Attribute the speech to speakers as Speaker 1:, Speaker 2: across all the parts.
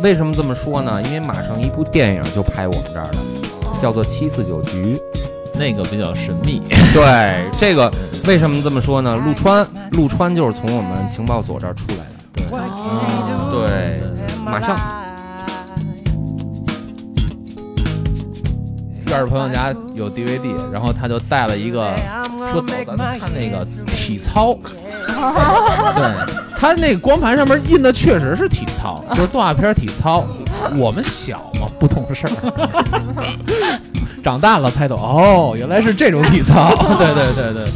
Speaker 1: 为什么这么说呢？因为马上一部电影就拍我们这儿的，
Speaker 2: 哦
Speaker 1: 叫做《七四九 局》。
Speaker 3: 那个比较神秘，
Speaker 1: 对，这个为什么这么说呢？陆川，陆川就是从我们情报所这儿出来的。
Speaker 3: 哦
Speaker 1: 对马上
Speaker 3: 院儿朋友家有 DVD，然后他就带了一个，说走，咱们看那个体操。对，他那个光盘上面印的确实是体操，就是动画片体操。我们小嘛，不懂事儿，长大了才懂哦，原来是这种体操。对对对对，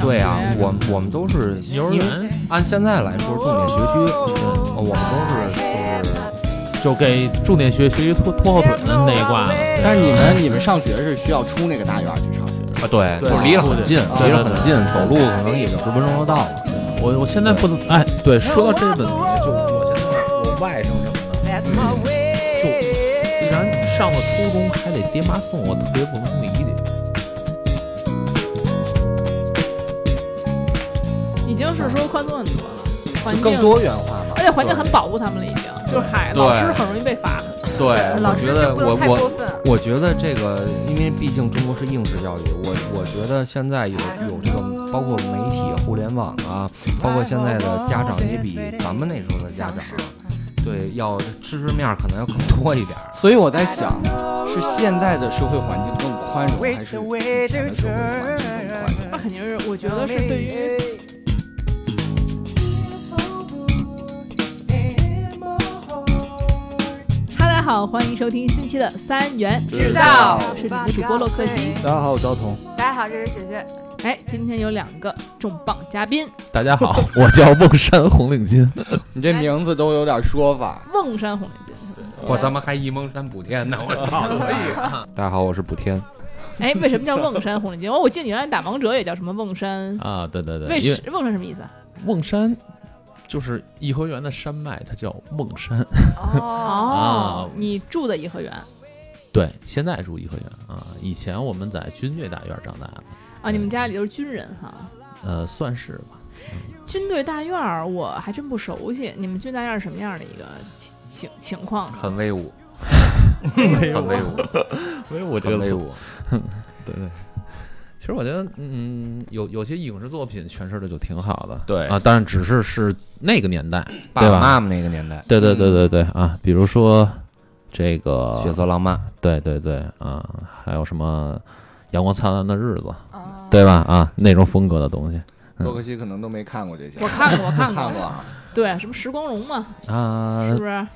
Speaker 1: 对啊，我我们都是
Speaker 3: 幼儿
Speaker 1: 因为
Speaker 3: 园
Speaker 1: 按现在来说重点学区，
Speaker 2: 哦嗯
Speaker 1: 呃我们都是就
Speaker 2: 呃
Speaker 1: 是
Speaker 3: 就给重点学学习拖拖后腿的那一挂。
Speaker 4: 但是你们你们上学是需要出那个大院儿去上学的，
Speaker 1: 啊，对，
Speaker 4: 对
Speaker 1: 就是离得很近，
Speaker 2: 哦
Speaker 4: 对
Speaker 1: 离
Speaker 3: 对
Speaker 1: 得很
Speaker 3: 对
Speaker 1: 近，走路可能也就十分钟就到了。
Speaker 3: 我我现在不能哎，对，说到这个问题，就我现在我外甥什么的，既然上了初中还得爹妈送我，特别不能理解。
Speaker 5: 已经是说宽松很多了，环
Speaker 4: 就
Speaker 5: 境
Speaker 4: 更多元化嘛。
Speaker 5: 而且环境很保护他们了，已经就是海
Speaker 1: 对
Speaker 5: 老师很容易被罚。
Speaker 1: 对，我
Speaker 2: 老师
Speaker 1: 觉得
Speaker 2: 就不
Speaker 1: 我
Speaker 2: 能太
Speaker 1: 我
Speaker 2: 过分。
Speaker 1: 我觉得这个，因为毕竟中国是应试教育，我我觉得现在有
Speaker 3: 哎
Speaker 1: 有这个，包括媒体、互联网
Speaker 3: 哦
Speaker 1: 啊，包括现在的家长也比咱们那时候的家长，
Speaker 3: 哦
Speaker 1: 对，要知识面儿可能要更多一点儿。
Speaker 4: 所以我
Speaker 2: 哎
Speaker 4: 在想，是现在的社会环境更宽容，还是以前的社会环境更宽 容？
Speaker 5: 那肯定是，我觉得是对于哈喽，大家好，欢迎收听新期的三元制造，我是你们的主播洛克西。
Speaker 4: 大家好，我赵彤。
Speaker 2: 大家好，这是雪雪。
Speaker 5: 哎，今天有两个重磅嘉宾，
Speaker 3: 大家 好，我叫孟山红领巾。
Speaker 4: 你这名字都有点说法，
Speaker 5: 瓮山红领巾 是吧？
Speaker 3: 哦
Speaker 1: 我他妈还一蒙山补天呢，我操！啊 大家好，我是补天。
Speaker 5: 哎，为什么叫瓮山红领巾？哦，我记得你原来打王者也叫什么瓮山，
Speaker 3: 啊，对对对，
Speaker 5: 为
Speaker 3: 因
Speaker 5: 什
Speaker 3: 为
Speaker 5: 瓮山什么意思啊？
Speaker 3: 瓮山就是颐和园的山脉，它叫瓮山。
Speaker 1: 啊
Speaker 2: 哦，
Speaker 5: 哦，你住的颐和园
Speaker 3: 对，现在住颐和园啊，以前我们在军队大院长大的，
Speaker 5: 啊，你们家里都是军人哈。
Speaker 3: 呃，算是吧。
Speaker 5: 军队大院儿我还真不熟悉，你们军队大院儿是什么样的一个情情情况啊？
Speaker 1: 很威武，很威武，
Speaker 3: 所以我
Speaker 1: 很威武。
Speaker 3: 对对。其实我觉得，嗯，有有些影视作品诠释的就挺好的，
Speaker 1: 对
Speaker 3: 啊，当然只是是那个年代，
Speaker 1: 爸
Speaker 3: 对吧
Speaker 1: 爸妈妈那个年代，
Speaker 3: 对对对对对啊，比如说这个
Speaker 1: 血色浪漫，
Speaker 3: 对对对啊，还有什么阳光灿烂的日子，
Speaker 2: 哦
Speaker 3: 对吧？啊，那种风格的东西
Speaker 4: 洛克西可能都没看过这些。
Speaker 5: 我 看过，我看
Speaker 4: 看过
Speaker 5: 过，
Speaker 4: 啊，
Speaker 5: 对，什么时光荣嘛，
Speaker 3: 啊
Speaker 5: 是，不是？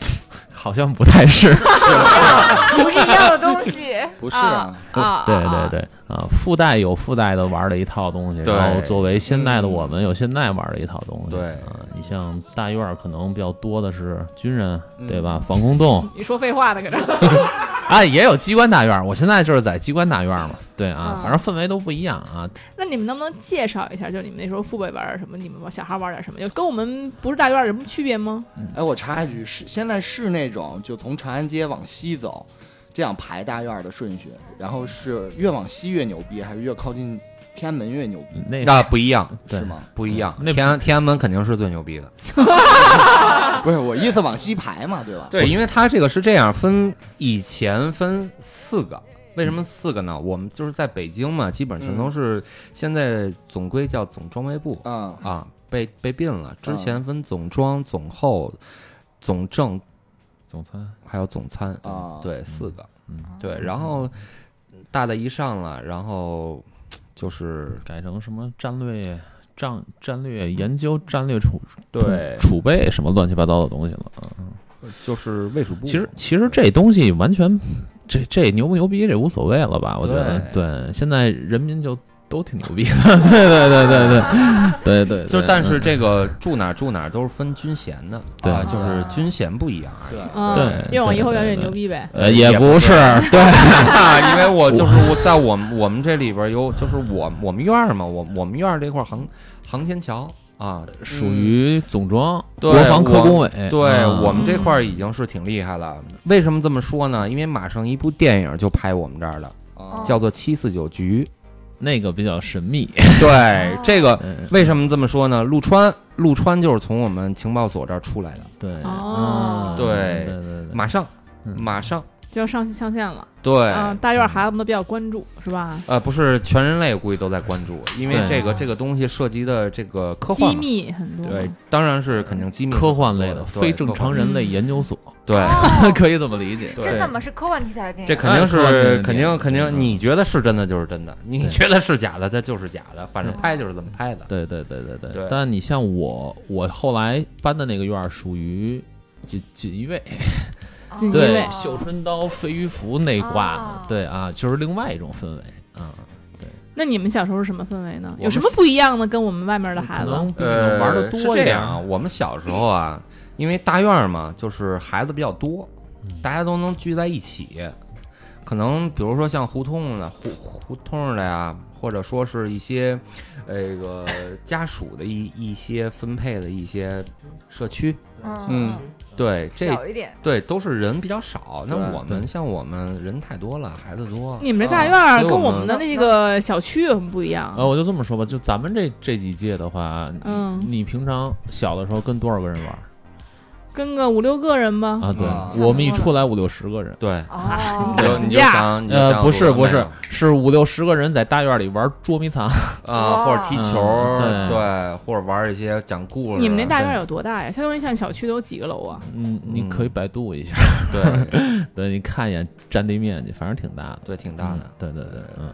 Speaker 3: 好像不太是。
Speaker 2: 不是一样的东西。
Speaker 4: 啊不是啊，
Speaker 5: 啊，
Speaker 3: 对
Speaker 5: 啊
Speaker 3: 对，对啊，附带有附带的玩的一套东西，
Speaker 1: 对
Speaker 3: 然后作为现代的我们有现代玩的一套东西。
Speaker 1: 对
Speaker 3: 啊，你像大院儿可能比较多的是军人，
Speaker 4: 嗯
Speaker 3: 对吧？防空洞
Speaker 5: 你说废话呢，搁这儿。
Speaker 3: 啊，也有机关大院儿。我现在就是在机关大院儿嘛，对啊，
Speaker 5: 啊
Speaker 3: 反正氛围都不一样啊。
Speaker 5: 那你们能不能介绍一下，就你们那时候父辈玩点什么，你们小孩玩点什么，就跟我们不是大院儿有什么区别吗？
Speaker 4: 哎，我插一句，是现在是那种就从长安街往西走，这样排大院儿的顺序，然后是越往西越牛逼，还是越靠近天安门越牛逼？
Speaker 3: 那
Speaker 1: 那不一样，
Speaker 3: 对
Speaker 4: 是吗？
Speaker 1: 不一样。
Speaker 3: 呃那
Speaker 1: 天安天安门肯定是最牛逼的。
Speaker 4: 不是，我意思往西排嘛，对吧？
Speaker 1: 对，因为它这个是这样分，以前分四个。为什么四个呢？我们就是在北京嘛，基本全都是现在总归叫总装卫部
Speaker 4: 嗯，
Speaker 1: 啊，被被并了。之前分总装、总后、总政，
Speaker 3: 总参
Speaker 1: 还有总参
Speaker 4: 啊
Speaker 1: 对，四个。
Speaker 3: 嗯，
Speaker 1: 对，然后大的一上了，然后就是
Speaker 3: 改成什么战略战战略研究、战略储
Speaker 1: 对，
Speaker 3: 储备什么乱七八糟的东西了啊。
Speaker 1: 就是卫戍部。
Speaker 3: 其实其实这东西完全，这这牛不牛逼这无所谓了吧？我觉得对，现在人民就都挺牛逼的， 对对对对对对对对，
Speaker 1: 就是，但是
Speaker 3: 嗯
Speaker 1: 这个住哪儿住哪儿都是分军衔的，
Speaker 3: 对
Speaker 1: 啊就是军衔不一样而已。
Speaker 4: 对
Speaker 5: 啊，
Speaker 3: 对
Speaker 5: 越往颐和园越
Speaker 3: 对对
Speaker 5: 牛逼呗。
Speaker 3: 呃
Speaker 1: 也
Speaker 3: 也
Speaker 1: 不
Speaker 3: 不是对
Speaker 1: 啊， 因为我就是我在我们我们这里边有，就是我我们院儿嘛，我我们院儿这块儿航航天桥啊，
Speaker 3: 属于总装
Speaker 1: 对
Speaker 3: 国防科工委，
Speaker 1: 对
Speaker 3: 啊
Speaker 1: 我们这块儿已经是挺厉害了。为什么这么说呢？因为马上一部电影就拍我们这儿的，
Speaker 4: 啊
Speaker 1: 叫做《七四九局》。
Speaker 3: 那个比较神秘。
Speaker 1: 对，这个
Speaker 3: 嗯
Speaker 1: 为什么这么说呢？陆川，陆川就是从我们情报所这儿出来的，
Speaker 3: 对，
Speaker 5: 哦
Speaker 3: 嗯
Speaker 1: 对
Speaker 3: 对对对，
Speaker 1: 马上，
Speaker 3: 嗯
Speaker 1: 马上，
Speaker 5: 就要上上线了。
Speaker 1: 对，
Speaker 5: 啊，大院孩子们都比较关注，是吧？
Speaker 1: 呃，不是全人类，我估计都在关注，因为
Speaker 3: 对嗯
Speaker 1: 这个这个东西涉及的这个科幻
Speaker 5: 机
Speaker 1: 嘛，
Speaker 5: 密很
Speaker 2: 嗯
Speaker 5: 多，
Speaker 1: 对，当然是肯定机密
Speaker 3: 科幻类
Speaker 1: 的，
Speaker 3: 的
Speaker 1: 对
Speaker 3: 非正常人类研 究所，
Speaker 1: 对。
Speaker 2: 哦
Speaker 3: 可以这么理解。
Speaker 1: 对
Speaker 2: 真的吗？是科幻题材的电影？
Speaker 1: 这肯定
Speaker 3: 哎科幻类
Speaker 1: 是
Speaker 3: 的
Speaker 1: 肯
Speaker 3: 电
Speaker 1: 定
Speaker 3: 影
Speaker 1: 肯定，
Speaker 3: 嗯
Speaker 1: 你觉得是真的就是真的，你
Speaker 3: 对
Speaker 1: 觉得是假的，它就是假的，反正
Speaker 3: 对
Speaker 1: 拍就是这么拍的。
Speaker 3: 对对对对对。
Speaker 1: 对
Speaker 3: 但你像我，我后来搬的那个院儿属于锦锦衣卫，
Speaker 2: 哦
Speaker 5: 锦衣卫
Speaker 3: 对，绣春刀、飞鱼服那挂的
Speaker 2: 哦，
Speaker 3: 对啊，就是另外一种氛围啊。
Speaker 5: 那你们小时候是什么氛围呢？
Speaker 1: 我
Speaker 5: 有什么不一样呢？跟我们外面的孩
Speaker 3: 可
Speaker 5: 子？
Speaker 3: 能比你
Speaker 1: 呃，
Speaker 3: 们玩的多
Speaker 1: 是
Speaker 3: 一
Speaker 1: 这
Speaker 3: 点
Speaker 1: 样啊。我们小时候啊，因为大院儿嘛，就是孩子比较多，大家都能聚在一起。可能比如说像胡同的胡胡同的呀，或者说是一些呃这个家属的一一些分配的一些社区，
Speaker 2: 嗯，
Speaker 1: 对这
Speaker 2: 小一点，
Speaker 1: 对都是人比较少。那
Speaker 4: 对
Speaker 1: 我们像我们人太多了，孩子多，
Speaker 5: 你们这大院
Speaker 1: 啊
Speaker 5: 儿
Speaker 1: 所以
Speaker 5: 跟
Speaker 1: 我
Speaker 5: 我
Speaker 1: 们哦
Speaker 5: 们的那个小区有什么不一样？
Speaker 3: 呃，我就这么说吧，就咱们这这几届的话，你
Speaker 5: 嗯
Speaker 3: 你平常小的时候跟多少个人玩
Speaker 5: 跟个五六个人吧。
Speaker 3: 啊？对
Speaker 4: 啊，
Speaker 3: 我们一出来五六十个人。
Speaker 1: 对，
Speaker 2: 哦
Speaker 1: 你就你就
Speaker 5: 打架
Speaker 1: 想你就
Speaker 3: 呃，
Speaker 1: 想
Speaker 3: 不是
Speaker 1: 我们
Speaker 3: 不
Speaker 1: 那
Speaker 3: 是
Speaker 1: 种，
Speaker 3: 是五六十个人在大院里玩捉迷藏，
Speaker 1: 啊，或者踢
Speaker 3: 哇
Speaker 1: 球儿，
Speaker 3: 嗯对
Speaker 1: 对，或者玩一些讲故事。
Speaker 5: 你们那大院有多大呀？相当于像小区都有几个楼啊？
Speaker 3: 嗯，你可以百度一下，
Speaker 1: 对
Speaker 3: 对你看一眼占地面积，反正挺大的，
Speaker 1: 对挺大的
Speaker 3: 嗯，对对对，嗯，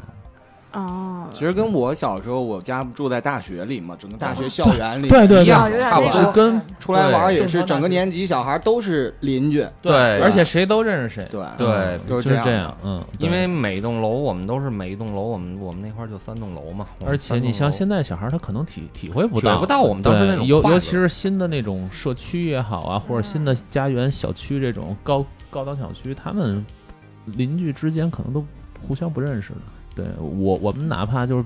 Speaker 5: 哦，
Speaker 4: 其实跟我小时候，我家不住在大学里嘛，整个大学校园里，
Speaker 1: 对
Speaker 3: 对
Speaker 1: 一样
Speaker 2: 哦有点
Speaker 1: 差不
Speaker 2: 那嗯
Speaker 1: 多
Speaker 2: 种
Speaker 3: 是跟
Speaker 4: 出来玩儿也
Speaker 3: 对正
Speaker 4: 是
Speaker 3: 常大学
Speaker 4: 整个年级小孩都是邻居，
Speaker 1: 对
Speaker 3: 而且谁都认识谁，
Speaker 4: 对
Speaker 1: 对
Speaker 3: 嗯
Speaker 4: 就是
Speaker 3: 就
Speaker 4: 这
Speaker 3: 这
Speaker 4: 样
Speaker 3: 样，嗯，对
Speaker 1: 因为每栋楼我们都是每一栋楼，我们我们那块儿就三栋楼嘛。我们
Speaker 3: 而且你像现在小孩，他可能体体会不
Speaker 1: 体会
Speaker 3: 到，
Speaker 1: 不到我们当时那种
Speaker 3: 对尤
Speaker 1: 跨
Speaker 3: 尤
Speaker 1: 度
Speaker 3: 其是新的那种社区也好啊，或者新
Speaker 2: 嗯
Speaker 3: 的家园小区这种高高档小区，他们邻居之间可能都互相不认识的。对我，我们哪怕就是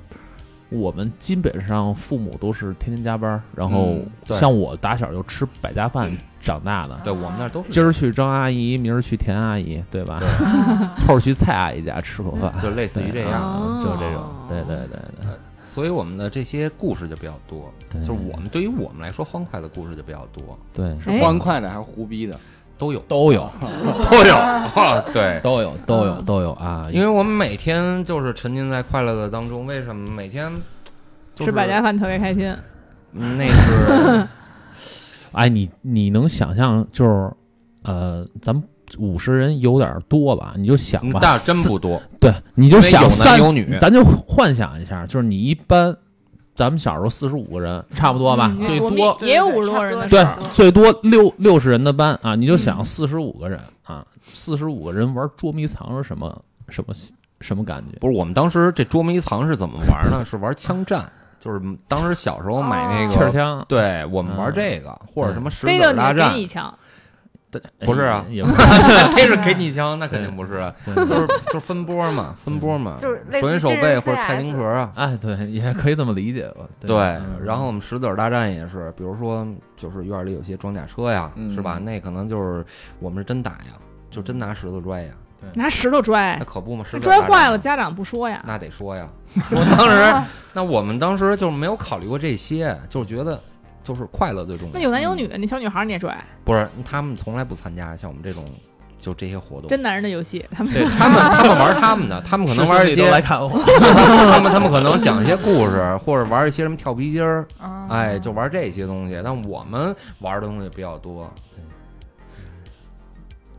Speaker 3: 我们基本上父母都是天天加班，然后
Speaker 1: 嗯对
Speaker 3: 像我打小就吃百家饭长大的
Speaker 1: 三，栋楼对我们那儿都是
Speaker 3: 今儿去张阿姨，明儿去田阿姨，对吧？后儿去蔡阿姨家吃口饭，
Speaker 1: 就类似于这
Speaker 3: 对
Speaker 1: 样，
Speaker 3: 啊就这种
Speaker 5: 啊哦，
Speaker 3: 对对对对。
Speaker 1: 所以我们的这些故事就比较多。
Speaker 3: 对
Speaker 1: 就是我们对于我们来说，欢快的故事就比较多，
Speaker 3: 对，
Speaker 5: 哎
Speaker 4: 欢快的还是胡逼的，
Speaker 1: 都有
Speaker 3: 都有，
Speaker 1: 啊都有 对。
Speaker 3: 都有，都有，
Speaker 5: 嗯
Speaker 3: 都有啊！
Speaker 1: 因为我们每天就是沉浸在快乐的当中，为什么每天就是
Speaker 5: 吃百家饭特别开心。
Speaker 1: 嗯那是
Speaker 3: 哎，你你能想象就是，呃，咱们五十人有点多了，你就想吧，
Speaker 1: 但是嗯真
Speaker 3: 四
Speaker 1: 不多，
Speaker 3: 对，你就
Speaker 1: 因为有
Speaker 3: 想
Speaker 1: 男
Speaker 3: 三
Speaker 1: 有女
Speaker 3: 咱就幻想一下，就是你一般，咱们小时候四十五个人，差不多吧，
Speaker 5: 嗯
Speaker 3: 最
Speaker 5: 我们
Speaker 3: 多
Speaker 5: 也有五十多人的时
Speaker 3: 对
Speaker 5: 候，
Speaker 3: 最多六六十人的班啊，你就想四十五个人啊，四十五个人玩捉迷藏是什么什么什么感觉？
Speaker 1: 不是我们当时这捉迷藏是怎么玩呢？是玩枪战，就是当时小时候买那
Speaker 3: 气儿
Speaker 1: 个，
Speaker 3: 枪
Speaker 1: 对我们玩这个，或者什么石子
Speaker 5: 逮
Speaker 1: 儿
Speaker 5: 着你
Speaker 1: 大
Speaker 5: 就
Speaker 1: 战
Speaker 5: 给你，一枪，
Speaker 1: 不是啊
Speaker 3: 哎也不是
Speaker 1: 逮着给你一枪，那肯定不是啊，
Speaker 3: 对
Speaker 1: 就是就是分波嘛，分波嘛，
Speaker 2: 就是类似
Speaker 1: 手心手
Speaker 2: 真
Speaker 1: 背
Speaker 2: 人
Speaker 1: 或者太
Speaker 2: CS
Speaker 1: 平壳啊。
Speaker 3: 哎，对，也可以这么理解吧。
Speaker 1: 对，
Speaker 3: 嗯
Speaker 1: 然后我们石子儿大战也是，比如说就是院里有些装甲车呀，
Speaker 4: 嗯
Speaker 1: 是吧？那可能就是我们是真打呀，就真拿石头拽呀，
Speaker 5: 拿石 头拽
Speaker 1: 那，可不嘛，石
Speaker 5: 那
Speaker 1: 子儿
Speaker 5: 拽
Speaker 1: 大
Speaker 5: 哎坏
Speaker 1: 战
Speaker 5: 了
Speaker 1: 嘛
Speaker 5: 家长不 说呀。
Speaker 1: 那得说呀，说当时，那我们当时就是没有考虑过这些，就是觉得就是快乐最重要。
Speaker 5: 那有男有女，那小女孩儿你也拽，
Speaker 1: 不是他们从来不参加像我们这种就这些活动。
Speaker 5: 真男人的游戏，他们
Speaker 1: 对他们，他们玩他们的，他们可能玩一
Speaker 3: 十四岁
Speaker 1: 些
Speaker 3: 都，来看我。
Speaker 1: 他们他们可能讲一些故 事，或者玩一些什么跳皮筋儿，
Speaker 5: 嗯
Speaker 2: 哦
Speaker 1: 哎，就玩这些东西。但我们玩的东西比较多。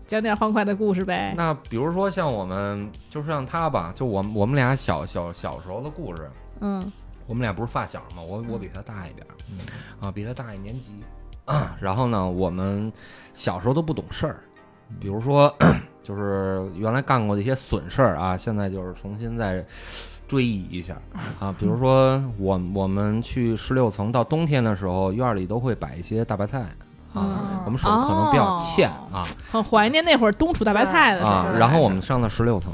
Speaker 5: 讲点欢快的故事呗。
Speaker 1: 那比如说像我们，就是像他吧，就我们我们俩小小小时候的故事，
Speaker 5: 嗯，
Speaker 1: 我们俩不是发小嘛，我我比他大一点，儿，啊，比他大一年级。 啊然后呢，我们小时候都不懂事儿，
Speaker 5: 嗯
Speaker 1: 比如说 就是原来干过的一些损事儿啊，现在就是重新再追忆一下啊。 比如说我我们去十六层，到冬天的时候，院儿里都会摆一些大白菜啊
Speaker 5: 嗯，
Speaker 1: 我们手可能比较
Speaker 5: 哦
Speaker 1: 欠啊
Speaker 5: 很怀念那会儿冬储大白菜的时候
Speaker 1: 啊。然后我们上到十六层，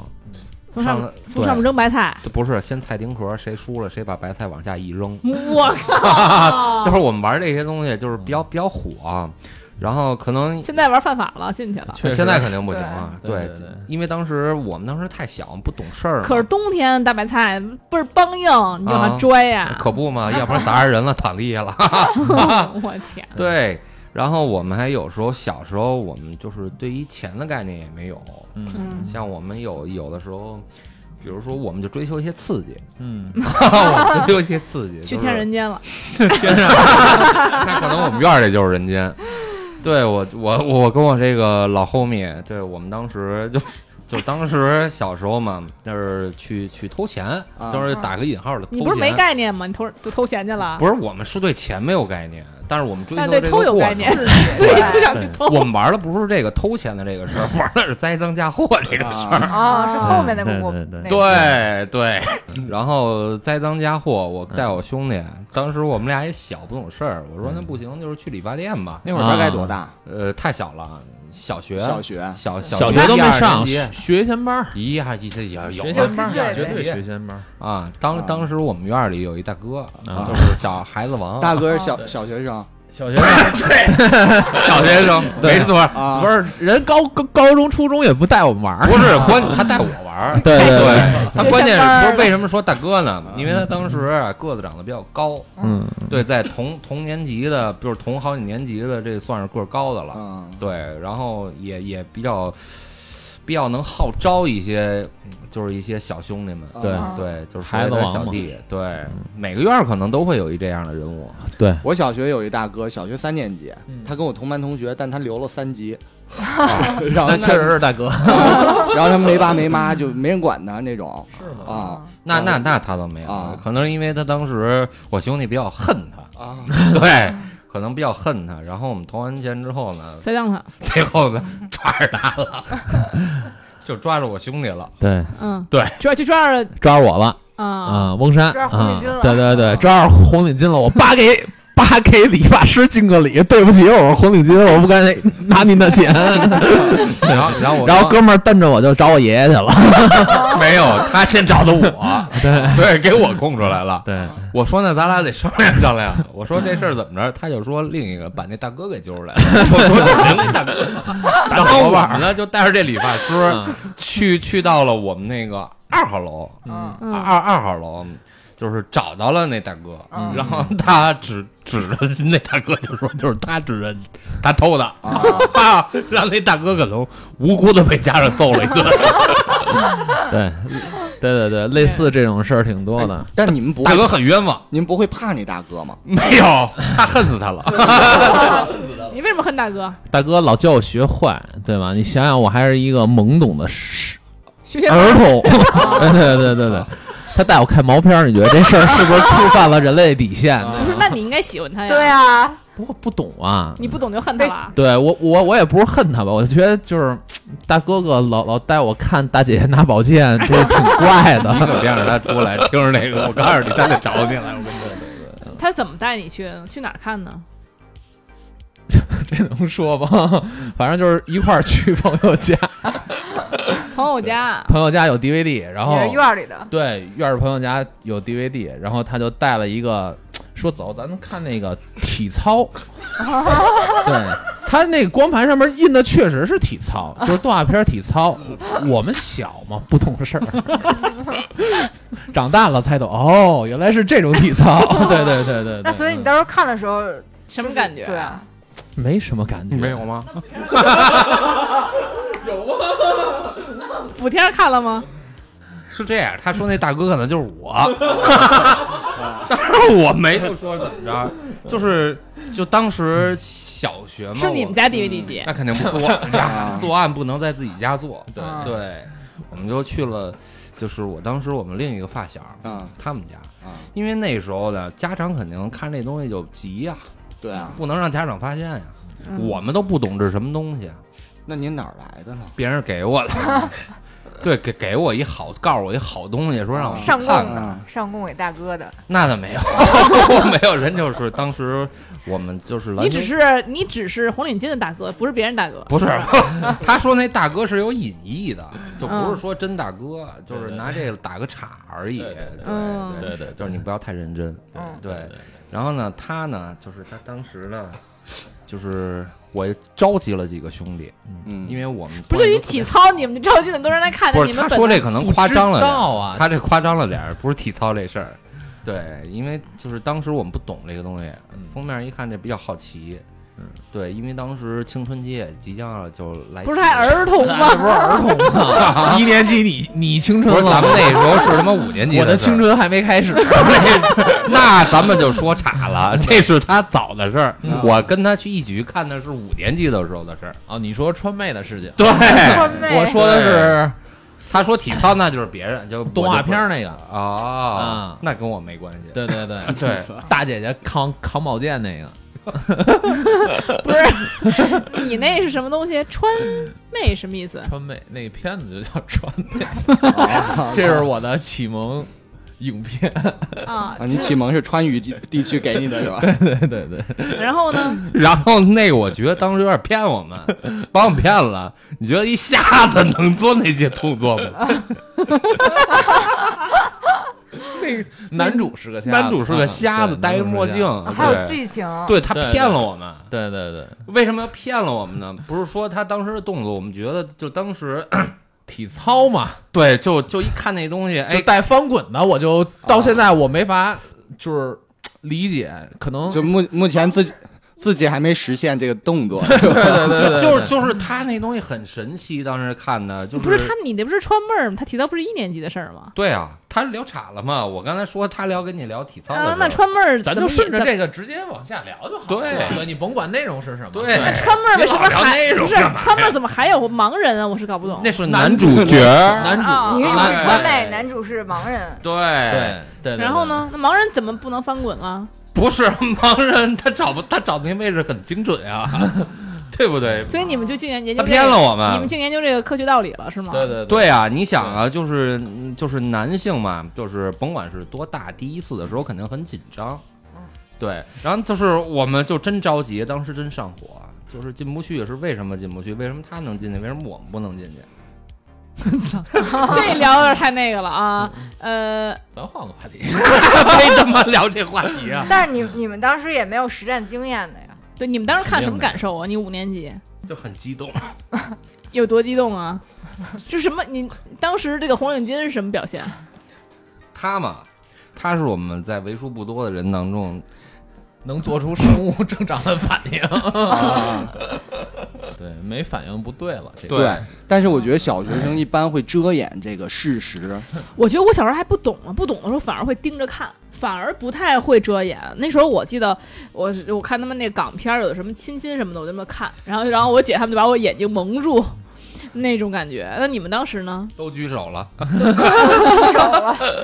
Speaker 5: 从上
Speaker 1: 上
Speaker 5: 面
Speaker 1: 了
Speaker 5: 从上面扔 白菜，
Speaker 1: 不是先菜丁壳，谁输了谁把白菜往下一扔，
Speaker 5: 我靠！哦
Speaker 3: 嗯
Speaker 1: 就是我们玩这些东西，就是比较比较火啊、然后可能
Speaker 5: 现在玩犯法了，进去了。
Speaker 3: 确实
Speaker 1: 现在肯定不行了，
Speaker 3: 对对对
Speaker 1: 因为当时我们当时太小，不懂事儿嘛，
Speaker 5: 可是冬天大白菜倍儿梆硬，你就往
Speaker 1: 啊
Speaker 5: 上拽呀、
Speaker 1: 可不嘛，要不然砸着人了，躺地下了。
Speaker 5: 我天，
Speaker 1: 对，然后我们还有时候小时候，我们就是对于钱的概念也没有，
Speaker 3: 嗯
Speaker 5: 嗯，
Speaker 1: 像我们有有的时候。比如说，我们就追求一些刺激，
Speaker 3: 嗯，
Speaker 1: 我们追求一些刺激，
Speaker 5: 去
Speaker 1: 就是
Speaker 5: 天人间了，
Speaker 1: 天上， 那可能我们院儿里就是人间。对我，我我跟我这个老 homie，对我们当时就是就当时小时候嘛，就是去去偷钱，
Speaker 4: 啊
Speaker 1: 就是打个引号的偷钱。
Speaker 5: 你不是没概念吗？你偷就偷钱去了，
Speaker 1: 不是我们是对钱没有概念，但是我们追
Speaker 5: 但
Speaker 1: 求
Speaker 5: 啊是对
Speaker 1: 这个
Speaker 5: 偷有
Speaker 1: 过
Speaker 5: 概
Speaker 1: 程
Speaker 5: 念， 所
Speaker 1: 对
Speaker 5: 以就想去偷。
Speaker 1: 我们玩的不是这个偷钱的这个事 儿，玩的是栽赃嫁祸这个事儿。
Speaker 4: 啊
Speaker 2: 哦，是后面那个
Speaker 3: 对
Speaker 2: 我
Speaker 3: 对对
Speaker 2: 那个
Speaker 1: 对对，然后栽赃嫁祸，我带我兄弟，当时我们俩也小不懂事儿，我说
Speaker 5: 嗯
Speaker 1: 那不行，就是去理发店吧，
Speaker 4: 那会儿大概多大？
Speaker 1: 呃，太小了，小学
Speaker 4: 小学
Speaker 1: 小小
Speaker 3: 啊小学都没上，
Speaker 1: 一
Speaker 3: 学学前班儿，
Speaker 1: 一呀一这有有
Speaker 3: 学
Speaker 1: 了
Speaker 3: 前班
Speaker 2: 对
Speaker 3: 儿，绝对
Speaker 1: 对
Speaker 3: 学前班儿。
Speaker 1: 啊！当当时我们院里有一大哥，
Speaker 3: 啊
Speaker 1: 就是小孩子王，
Speaker 4: 大
Speaker 3: 哦
Speaker 4: 哥是小小学
Speaker 1: 啊
Speaker 4: 生
Speaker 3: 小学生
Speaker 1: 小学生，没错 儿，
Speaker 4: 啊，
Speaker 3: 不是人高高高中初中也不带我们玩儿，
Speaker 1: 不是关他带我玩儿，
Speaker 3: 对对
Speaker 1: 对，他
Speaker 5: 学
Speaker 1: 关键
Speaker 5: 前班
Speaker 1: 是
Speaker 5: 儿
Speaker 1: 不是为什么说大哥呢？因为他当时啊个子长得比较高，
Speaker 3: 嗯，
Speaker 1: 对，在同同年级的，就是同好几年级的，这算是个儿高的了，
Speaker 4: 嗯，
Speaker 1: 对，然后也也比较比较能号召一些，就是一些小兄弟们。
Speaker 3: 对
Speaker 4: 啊
Speaker 1: 对，就是
Speaker 3: 孩子
Speaker 1: 说有点
Speaker 3: 王
Speaker 1: 小
Speaker 3: 嘛嗯
Speaker 1: 弟，对，每个院儿可能都会有一这样的人物，
Speaker 3: 对，
Speaker 4: 我小学有一大哥，小学三年级
Speaker 3: 嗯，
Speaker 4: 他跟我同班同学，但他留了三 级，啊然后
Speaker 3: 那确实是大哥，
Speaker 4: 然后他没爸没妈，就没人管他那种
Speaker 3: 是？
Speaker 4: 啊
Speaker 1: 那那那他都没有，
Speaker 4: 啊
Speaker 1: 可能是因为他当时我兄弟比较恨 他，
Speaker 3: 哦
Speaker 4: 啊！
Speaker 1: 对，可能比较恨他。然后我们投完钱之后呢，
Speaker 5: 栽赃他，
Speaker 1: 最后 呢抓着他了，就抓着我兄弟了。
Speaker 3: 对，
Speaker 5: 嗯，
Speaker 1: 对，
Speaker 5: 抓就抓着
Speaker 3: 抓着我了
Speaker 5: 啊，
Speaker 3: 啊，翁山
Speaker 2: 抓着红领巾
Speaker 3: 啊
Speaker 2: 了
Speaker 3: 对对对，抓着红领巾了，我扒给扒给理发师敬个礼，对不起，我是红领巾，我不该拿您的 钱。
Speaker 1: 然后然后我
Speaker 3: 然后哥们儿瞪着我就找我爷爷去了，
Speaker 1: 没有，他先找的 我，对对，给我供出来了。
Speaker 3: 对，
Speaker 1: 我说那咱俩得商量商量。我说这事儿怎么着？他就说另一个把那大哥给揪出来了。 我说你们那大哥，然后我们呢就带着这理发师去去到了我们那个二号楼，
Speaker 2: 嗯
Speaker 5: 嗯，
Speaker 1: 二二号楼就是找到了那大哥，
Speaker 2: 嗯
Speaker 1: 然后他指指着那大哥就说就是他指着他偷的
Speaker 4: 啊
Speaker 1: 啊，让那大哥可能无辜的被家长揍了一顿。
Speaker 3: 对，对对对，类似这种事儿挺多的。
Speaker 4: 啊哎但你们不
Speaker 1: 大
Speaker 4: 会，
Speaker 1: 哥很冤枉，
Speaker 4: 你们不会怕你大哥吗？
Speaker 1: 没有，他恨死他了。
Speaker 5: 你为什么恨大哥？
Speaker 3: 大哥老叫我学坏，对吧？你想想，我还是一个懵懂的
Speaker 5: 学前班
Speaker 3: 儿 童，对对对对对。他带我看毛片儿，你觉得这事儿是不是触犯了人类底线呢？
Speaker 5: 不是，那你应该喜欢他呀，
Speaker 2: 对，啊，
Speaker 3: 不过不懂啊，
Speaker 5: 你不懂就恨他了。
Speaker 3: 对我我我也不是恨他吧，我觉得就是大哥哥老老带我看大姐姐拿宝剑，这挺怪
Speaker 1: 你
Speaker 3: 的。
Speaker 1: 可别让他出来，听着那个，我告诉你，他得找你来。我跟你说，
Speaker 5: 他怎么带你去的？去哪儿看呢？
Speaker 3: 这能说吗？ 反正就是一块儿去朋友家，
Speaker 5: 朋友家，
Speaker 3: 朋友家有 DVD，然后
Speaker 2: 啊也是院儿里的，
Speaker 3: 对，院儿朋友家有 DVD，然后他就带了一个，说走，咱们看那个体 操。对他那个光盘上面印的确实是体 操，就是动画片体操。我们小嘛，不懂事儿， 长大了才懂哦，原来是这种体操。对对对对对，
Speaker 2: 那所以你到时候看的时候
Speaker 5: 什么感觉？
Speaker 2: 对啊，
Speaker 3: 没什么感觉，
Speaker 1: 吗？
Speaker 5: 补天儿看了吗？
Speaker 1: 是这样，他说那大哥可能就是我，但是我没有说怎么着，就是就当时小学嘛，
Speaker 5: 是你们家 DVD 机
Speaker 1: 我，嗯哎那肯定不是我们家
Speaker 4: 啊
Speaker 1: 作案不能在自己家做，对
Speaker 2: 啊
Speaker 1: 对，我们就去了，就是我当时我们另一个发小
Speaker 4: 啊
Speaker 1: 他们家，
Speaker 4: 啊，
Speaker 1: 因为那时候呢，家长肯定看这东西就急呀、
Speaker 4: 对啊，
Speaker 1: 不能让家长发现呀、
Speaker 5: 嗯
Speaker 1: 我们都不懂这什么东西，
Speaker 4: 那您哪儿来的呢？
Speaker 1: 别人给我了，对，给给我一好，告诉我一好东西，说让我
Speaker 2: 上供
Speaker 1: 看看，
Speaker 2: 的，上供给大哥的，
Speaker 1: 那倒没有， 我没有人就是当时我们就是
Speaker 5: 你
Speaker 1: 篮球
Speaker 5: 只是你只是红领巾的大哥，不是别人大哥。
Speaker 1: 不是，他说那大哥是有隐意的，
Speaker 5: 嗯
Speaker 1: 就不是说真大哥，就是拿这个打个岔而已。
Speaker 3: 对对
Speaker 1: 对
Speaker 5: 嗯
Speaker 1: 对
Speaker 3: 对对
Speaker 1: 就是你不要太认真。
Speaker 2: 嗯，
Speaker 1: 对，然后呢，他呢，就是他当时呢，就是我召集了几个兄弟，
Speaker 4: 嗯，
Speaker 1: 因为我们
Speaker 5: 不就一体操，你们着急很多人来看
Speaker 1: 不
Speaker 5: 的，
Speaker 1: 是
Speaker 5: 你们
Speaker 1: 他
Speaker 5: 本
Speaker 1: 说
Speaker 5: 来
Speaker 1: 这可能夸张了点
Speaker 3: 不知
Speaker 1: 儿，
Speaker 3: 道啊，
Speaker 1: 他这夸张了点儿，不是体操这事儿。对，因为就是当时我们不懂这个东西，
Speaker 3: 嗯
Speaker 1: 封面一看这比较好奇。
Speaker 3: 嗯，
Speaker 1: 对，因为当时青春期也即将要就来袭，
Speaker 5: 不是还儿童
Speaker 3: 那不 是
Speaker 5: 吗？
Speaker 3: 儿童吗？ 一年级你你青
Speaker 1: 不
Speaker 3: 春
Speaker 1: 是咱
Speaker 3: 了
Speaker 1: 们，那时候是他妈五年级
Speaker 3: 我的
Speaker 1: 的事儿
Speaker 3: 青春还没开始。
Speaker 1: 那咱们就说岔 了，这是他早的事儿
Speaker 4: 嗯。
Speaker 1: 我跟他去一起去看的是五年级的时候的事儿。
Speaker 3: 哦，你说川妹的事情，
Speaker 1: 对，
Speaker 2: 川妹
Speaker 3: 我说的是
Speaker 1: 他说体操那就是别人，就
Speaker 3: 动画片儿那
Speaker 1: 啊
Speaker 3: 个，，
Speaker 1: 哦
Speaker 3: 啊
Speaker 1: 那跟我没关系。
Speaker 3: 对对 对
Speaker 1: 对，
Speaker 3: 大姐姐扛扛宝剑那个，
Speaker 5: 不是，你那是什么东西？川妹什么意思？
Speaker 3: 川妹那个片子就叫川妹，
Speaker 4: 啊
Speaker 3: 这是我的启蒙影片。
Speaker 5: 啊
Speaker 4: 啊，你启蒙是川渝地地区给你的是吧？
Speaker 3: 对对对，
Speaker 5: 然 后呢？
Speaker 1: 然后那个我觉得当时有点骗我们，把我们骗了。你觉得一下子能做那些动作吗？
Speaker 3: 男主是 个瞎子，嗯
Speaker 1: 男主是个瞎子，
Speaker 3: 对
Speaker 1: 戴一墨镜，，
Speaker 2: 啊还有
Speaker 1: 对
Speaker 2: 剧情，
Speaker 1: 对他
Speaker 3: 对对
Speaker 1: 骗了我们。
Speaker 3: 男主是个瞎子对对对，
Speaker 1: 为什么要骗了我们呢？不是说他当时的动作，我们觉得就当 时
Speaker 3: 体操嘛，
Speaker 1: 对，就就一看那东西，哎
Speaker 3: 就，带翻滚的，我就到现在我没法就是理解，可能
Speaker 4: 就目目前自己自己还没实现这个动作，
Speaker 3: 对对对对，
Speaker 1: 就是就是他那东西很神奇，当时看的就是
Speaker 5: 不是他，你那不是川妹儿吗？他提到不是一年级的事儿吗？
Speaker 1: 对啊，他聊岔了嘛。我刚才说他聊跟你聊体操的时
Speaker 5: 啊
Speaker 1: 候，，
Speaker 5: 那川妹儿
Speaker 3: 咱
Speaker 5: 怎
Speaker 3: 就
Speaker 5: 么
Speaker 3: 顺着
Speaker 5: 也
Speaker 3: 这个直接往下聊就好了。
Speaker 1: 对
Speaker 3: 你甭管内容是什么。
Speaker 1: 对
Speaker 5: 怎么川妹儿为什么
Speaker 1: 你老聊
Speaker 5: 还
Speaker 1: 那种
Speaker 5: 不是
Speaker 1: 干嘛呀
Speaker 5: 川妹儿怎么还有盲人啊？我是搞不懂。
Speaker 1: 那是
Speaker 3: 男
Speaker 1: 主角儿，
Speaker 3: 男主，
Speaker 5: 啊
Speaker 2: 你是
Speaker 1: 啊
Speaker 2: 你
Speaker 1: 男
Speaker 2: 是
Speaker 1: 男
Speaker 2: 川妹，男主是盲人，
Speaker 1: 对
Speaker 3: 对对。对
Speaker 5: 然后？呢？那盲人怎么不能翻滚了？
Speaker 1: 不是盲人，他找不他找那位置很精准 啊，对不对？
Speaker 5: 所以你们就竟研研究
Speaker 1: 他
Speaker 5: 这个
Speaker 1: 骗了我
Speaker 5: 你们
Speaker 1: 们。
Speaker 5: 竟研究这个科学道理了是吗？
Speaker 3: 对对 对
Speaker 1: 啊对啊，你想啊，就是嗯就是男性嘛，就是甭管是多大，第一次的时候肯定很紧张
Speaker 2: 嗯，
Speaker 1: 对。然后就是我们就真着急，当时真上火，就是进不去也是为什么进不去？为什么他能进去？为什么我们不能进去？
Speaker 5: 这聊有点太那个了啊。呃，
Speaker 3: 咱换个话 题。
Speaker 1: 非他妈聊这话题啊！
Speaker 2: 但是你你们当时也没有实战经验的呀。
Speaker 5: 对，你们当时看什么
Speaker 3: 肯定的
Speaker 5: 感受啊？你五年级
Speaker 1: 就很激动，
Speaker 5: 有多激动啊？ 就什么？你当时这个红领巾是什么表现？
Speaker 1: 他嘛，他是我们在为数不多的人当中，
Speaker 3: 能做出生物正常的反 应，
Speaker 4: 啊
Speaker 3: 对，没反应不对了。这个
Speaker 1: 对
Speaker 4: 对。但是我觉得小学生一般会遮掩这个事实，
Speaker 5: 我觉得我小时候还不懂啊，不懂的时候反而会盯着看，反而不太会遮掩。那时候我记得我是我看他们那港片儿有什么亲亲什么的，我就那么看，然后然后我姐他们就把我眼睛蒙住。 那种感觉，那你们当 时呢？
Speaker 1: 都举手了。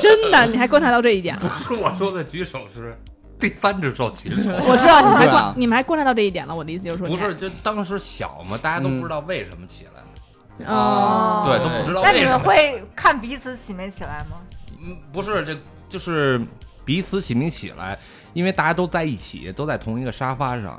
Speaker 5: 真的，你还观察到这一点了？
Speaker 1: 是我说的举手是 第三只手举手，
Speaker 5: 我知道你们还
Speaker 4: 对
Speaker 5: 观，
Speaker 4: 啊
Speaker 5: 你们还观察到这一点了。我的意思就是说，
Speaker 1: 不
Speaker 5: 你还
Speaker 1: 是就当时小嘛，大家都不知道为什么起来，
Speaker 5: 哦，
Speaker 1: 对，
Speaker 2: 嗯哦
Speaker 1: 都不知道
Speaker 2: 那
Speaker 1: 为
Speaker 2: 你
Speaker 1: 什么。
Speaker 2: 们会看彼此起没起来吗？
Speaker 1: 嗯，不是这就是彼此起名起来，因为大家都在一起，都在同一个沙发上。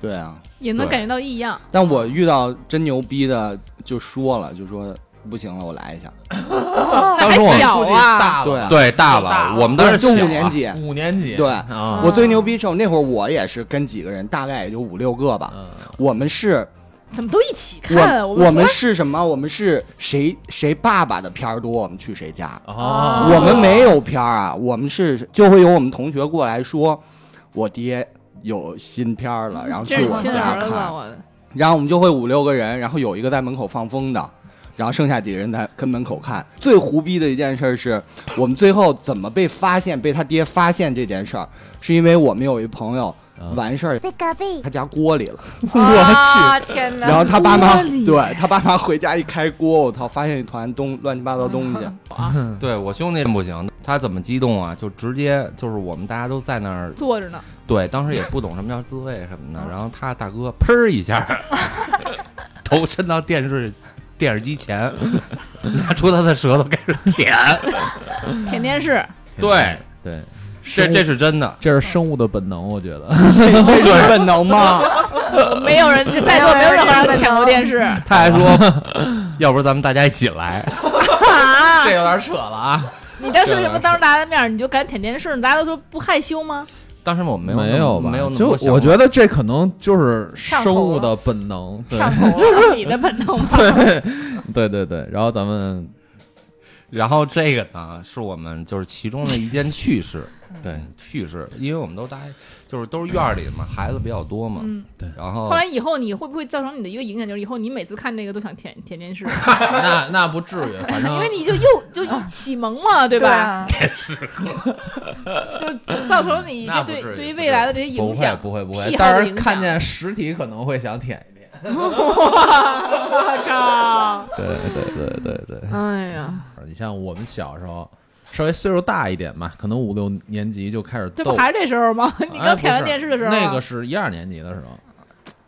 Speaker 4: 对啊。
Speaker 5: 也能感觉到异样。
Speaker 4: 但我遇到真牛逼的就说了，就说不行了，我来一下。
Speaker 5: 那
Speaker 1: 当
Speaker 5: 哦还
Speaker 1: 时我们
Speaker 5: 小
Speaker 3: 估计
Speaker 5: 啊，
Speaker 3: 大
Speaker 4: 对
Speaker 3: 了，
Speaker 4: 啊
Speaker 1: 对，大
Speaker 3: 都大
Speaker 1: 了，
Speaker 3: 了
Speaker 1: 我们当时
Speaker 4: 就
Speaker 1: 小
Speaker 4: 五
Speaker 1: 啊
Speaker 4: 年级，
Speaker 3: 五年级，
Speaker 4: 对
Speaker 3: 啊，
Speaker 5: 嗯
Speaker 4: 我最牛逼时候那会儿我也是跟几个人，大概也就五六个吧。
Speaker 3: 嗯
Speaker 4: 我们是，
Speaker 5: 怎么都一起看？
Speaker 4: 我
Speaker 5: 我
Speaker 4: 我
Speaker 5: 们
Speaker 4: 们是什么？我们是谁谁爸爸的片儿多，我们去谁家。
Speaker 3: 哦，
Speaker 4: 我们没有片儿啊，我们是就会有我们同学过来说，我爹有新片儿了，然后
Speaker 5: 这
Speaker 4: 去
Speaker 5: 是
Speaker 4: 我
Speaker 5: 亲
Speaker 4: 家
Speaker 5: 儿子，
Speaker 4: 看，
Speaker 5: 我
Speaker 4: 然后我们就会五六个人，然后有一个在门口放风的，然后剩下几个人在跟门口看。最胡逼的一件事是，我们最后怎么被发现，被他爹发现这件事儿，是因为我们有一朋友
Speaker 3: 嗯
Speaker 4: 完事儿，他家锅里了，
Speaker 2: 啊，天
Speaker 4: 然后
Speaker 2: 哪！
Speaker 4: 他爸妈
Speaker 5: 锅里
Speaker 4: 对他爸妈回家一开锅，我操，发现一团东乱七八糟东西，
Speaker 2: 嗯
Speaker 1: 对我兄弟不行，他怎么激动啊？就直接就是我们大家都在那儿
Speaker 5: 坐着呢，
Speaker 1: 对，当时也不懂什么叫自慰什么
Speaker 2: 嗯
Speaker 1: 的，然后他大哥砰儿一下， 头伸到电视电视机前， 拿出他的舌头开始 舔。
Speaker 5: 舔电视。
Speaker 1: 对，
Speaker 3: 对，
Speaker 1: 这这是真 的。
Speaker 3: 这是生物的本能，我觉 得。
Speaker 4: 这是本能吗？
Speaker 5: 没有人，这在座没有任何人舔过电视。
Speaker 1: 他还说，要不咱们大家一起 来？
Speaker 5: 啊！
Speaker 3: 这有点扯了啊！
Speaker 5: 你当时为什么当着大家的面儿你就敢舔电视？大家都说不害羞吗？
Speaker 1: 当时我没有那么
Speaker 3: 没有吧？
Speaker 1: 没有那么
Speaker 3: 就
Speaker 1: 多想
Speaker 3: 我
Speaker 1: 法
Speaker 3: 觉得这可能就是生物
Speaker 2: 上头
Speaker 3: 的本能，对
Speaker 2: 上头了，
Speaker 5: 是你的本能吧？
Speaker 3: 对对对对。然后咱们
Speaker 1: 然后这个呢，是我们就是其中的一件趣事，
Speaker 3: 对
Speaker 1: 趣事，因为我们都大就是都是院儿里嘛，孩子比较多嘛，
Speaker 5: 嗯，
Speaker 1: 然后
Speaker 5: 后来以后你会不会造成你的一个影响，就是以后你每次看这个都想舔舔电 视，
Speaker 3: 那那不至于， 反正
Speaker 5: 因为你就又就一启蒙嘛， 对
Speaker 2: 对啊
Speaker 5: 吧？
Speaker 2: 吧？
Speaker 5: 就造成你一些
Speaker 1: 那不
Speaker 5: 对
Speaker 1: 至于
Speaker 5: 对于
Speaker 1: 不
Speaker 5: 未
Speaker 1: 至
Speaker 5: 来
Speaker 1: 于
Speaker 5: 的这些
Speaker 3: 不会
Speaker 5: 影响。
Speaker 3: 不会不
Speaker 5: 癖好
Speaker 3: 会，
Speaker 5: 的
Speaker 3: 但是
Speaker 5: 影响
Speaker 3: 看见实体可能会想舔一舔。
Speaker 5: 我靠！
Speaker 3: 对对对对对。
Speaker 5: 哎呀，
Speaker 3: 啊你像我们小时候，稍微岁数大一点嘛，可能五六年级就开始
Speaker 5: 这
Speaker 3: 斗
Speaker 5: 不。还是这时候吗？ 你
Speaker 3: 哎
Speaker 5: 刚舔完
Speaker 3: 不是
Speaker 5: 电视的时候啊，
Speaker 3: 那个是一二年级的时候，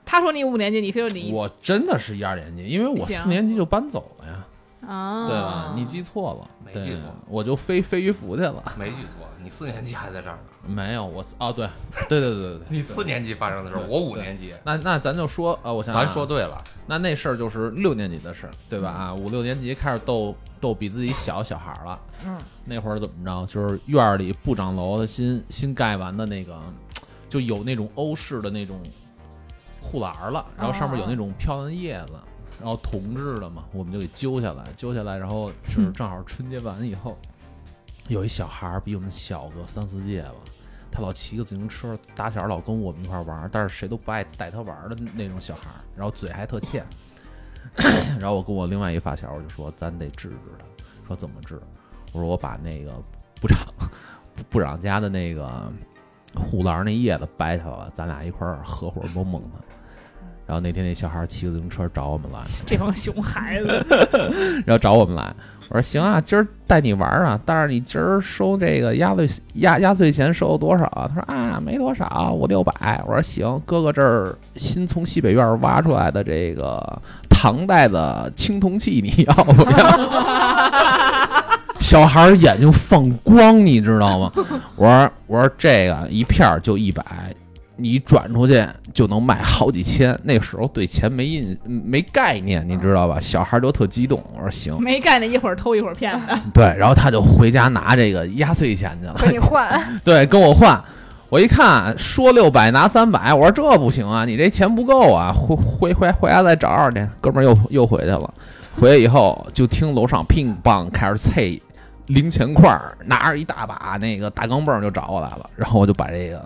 Speaker 5: 他说你五年级，你非说你
Speaker 3: 我真的是一二年级，因为我
Speaker 5: 行
Speaker 3: 四年级就搬走了呀，
Speaker 5: 啊，
Speaker 3: 对吧？ 你嗯记错了，
Speaker 1: 没
Speaker 3: 对
Speaker 1: 记错
Speaker 3: 我就飞飞鱼服去了。
Speaker 1: 没记错，你四年级还在这儿呢，
Speaker 3: 没有，我哦，对，对对对对对，
Speaker 1: 你四年级发生的事儿，
Speaker 3: 对
Speaker 1: 我五
Speaker 3: 对
Speaker 1: 年级，
Speaker 3: 那那咱就说，呃，我想想
Speaker 1: 咱
Speaker 3: 啊
Speaker 1: 说对了，
Speaker 3: 那那事儿就是六年级的事儿，对吧？啊，五六年级开始逗逗比自己小小孩儿了。
Speaker 2: 嗯，
Speaker 3: 那会儿怎么着？就是院儿里部长楼的新新盖完的那个，就有那种欧式的那种护栏儿了，然后上面有那种飘的叶子，然后铜制的嘛，我们就给揪下来，揪下来，然后就是正好春节完以后，有一小孩儿比我们小个三四届吧。他老骑个自行车，打小老跟我们一块儿玩儿，但是谁都不爱带他玩儿的那种小孩儿，然后嘴还特欠。 然后我跟我另外一发小，我就说咱得治治他，说怎么治？我说我把那个部 长部部长家的那个护栏那叶子掰下来了，咱俩一块儿合伙猛猛的。然后那天那小孩骑个自行车找我们来，
Speaker 5: 这帮熊孩子，
Speaker 3: 然后找我们来。我说行啊，今儿带你玩儿啊，但是你今儿收这个压岁压压岁钱收多少啊？他说啊，没多少，五六百。我说行，哥哥这儿新从西北院儿挖出来的这个唐代的青铜器，你要不要？ 小孩儿眼睛放光，你知道吗？我说我说这个一片儿就一百，你转出去就能卖好几千。那时候对钱没印没概念，你知道吧？小孩儿都特激动。我说行，
Speaker 5: 没概念，一会儿偷一会儿骗的，
Speaker 3: 对，然后他就回家拿这个压岁钱去了。
Speaker 2: 可以换，
Speaker 3: 对，跟我换。我一看说六百拿三百，我说这不行啊，你这钱不够啊，回回回回家再找找去。哥们儿又又回去了，回去以后就听楼上乒乓开始啐零钱块儿，拿着一大把那个大钢镚儿就找我来了，然后我就把这个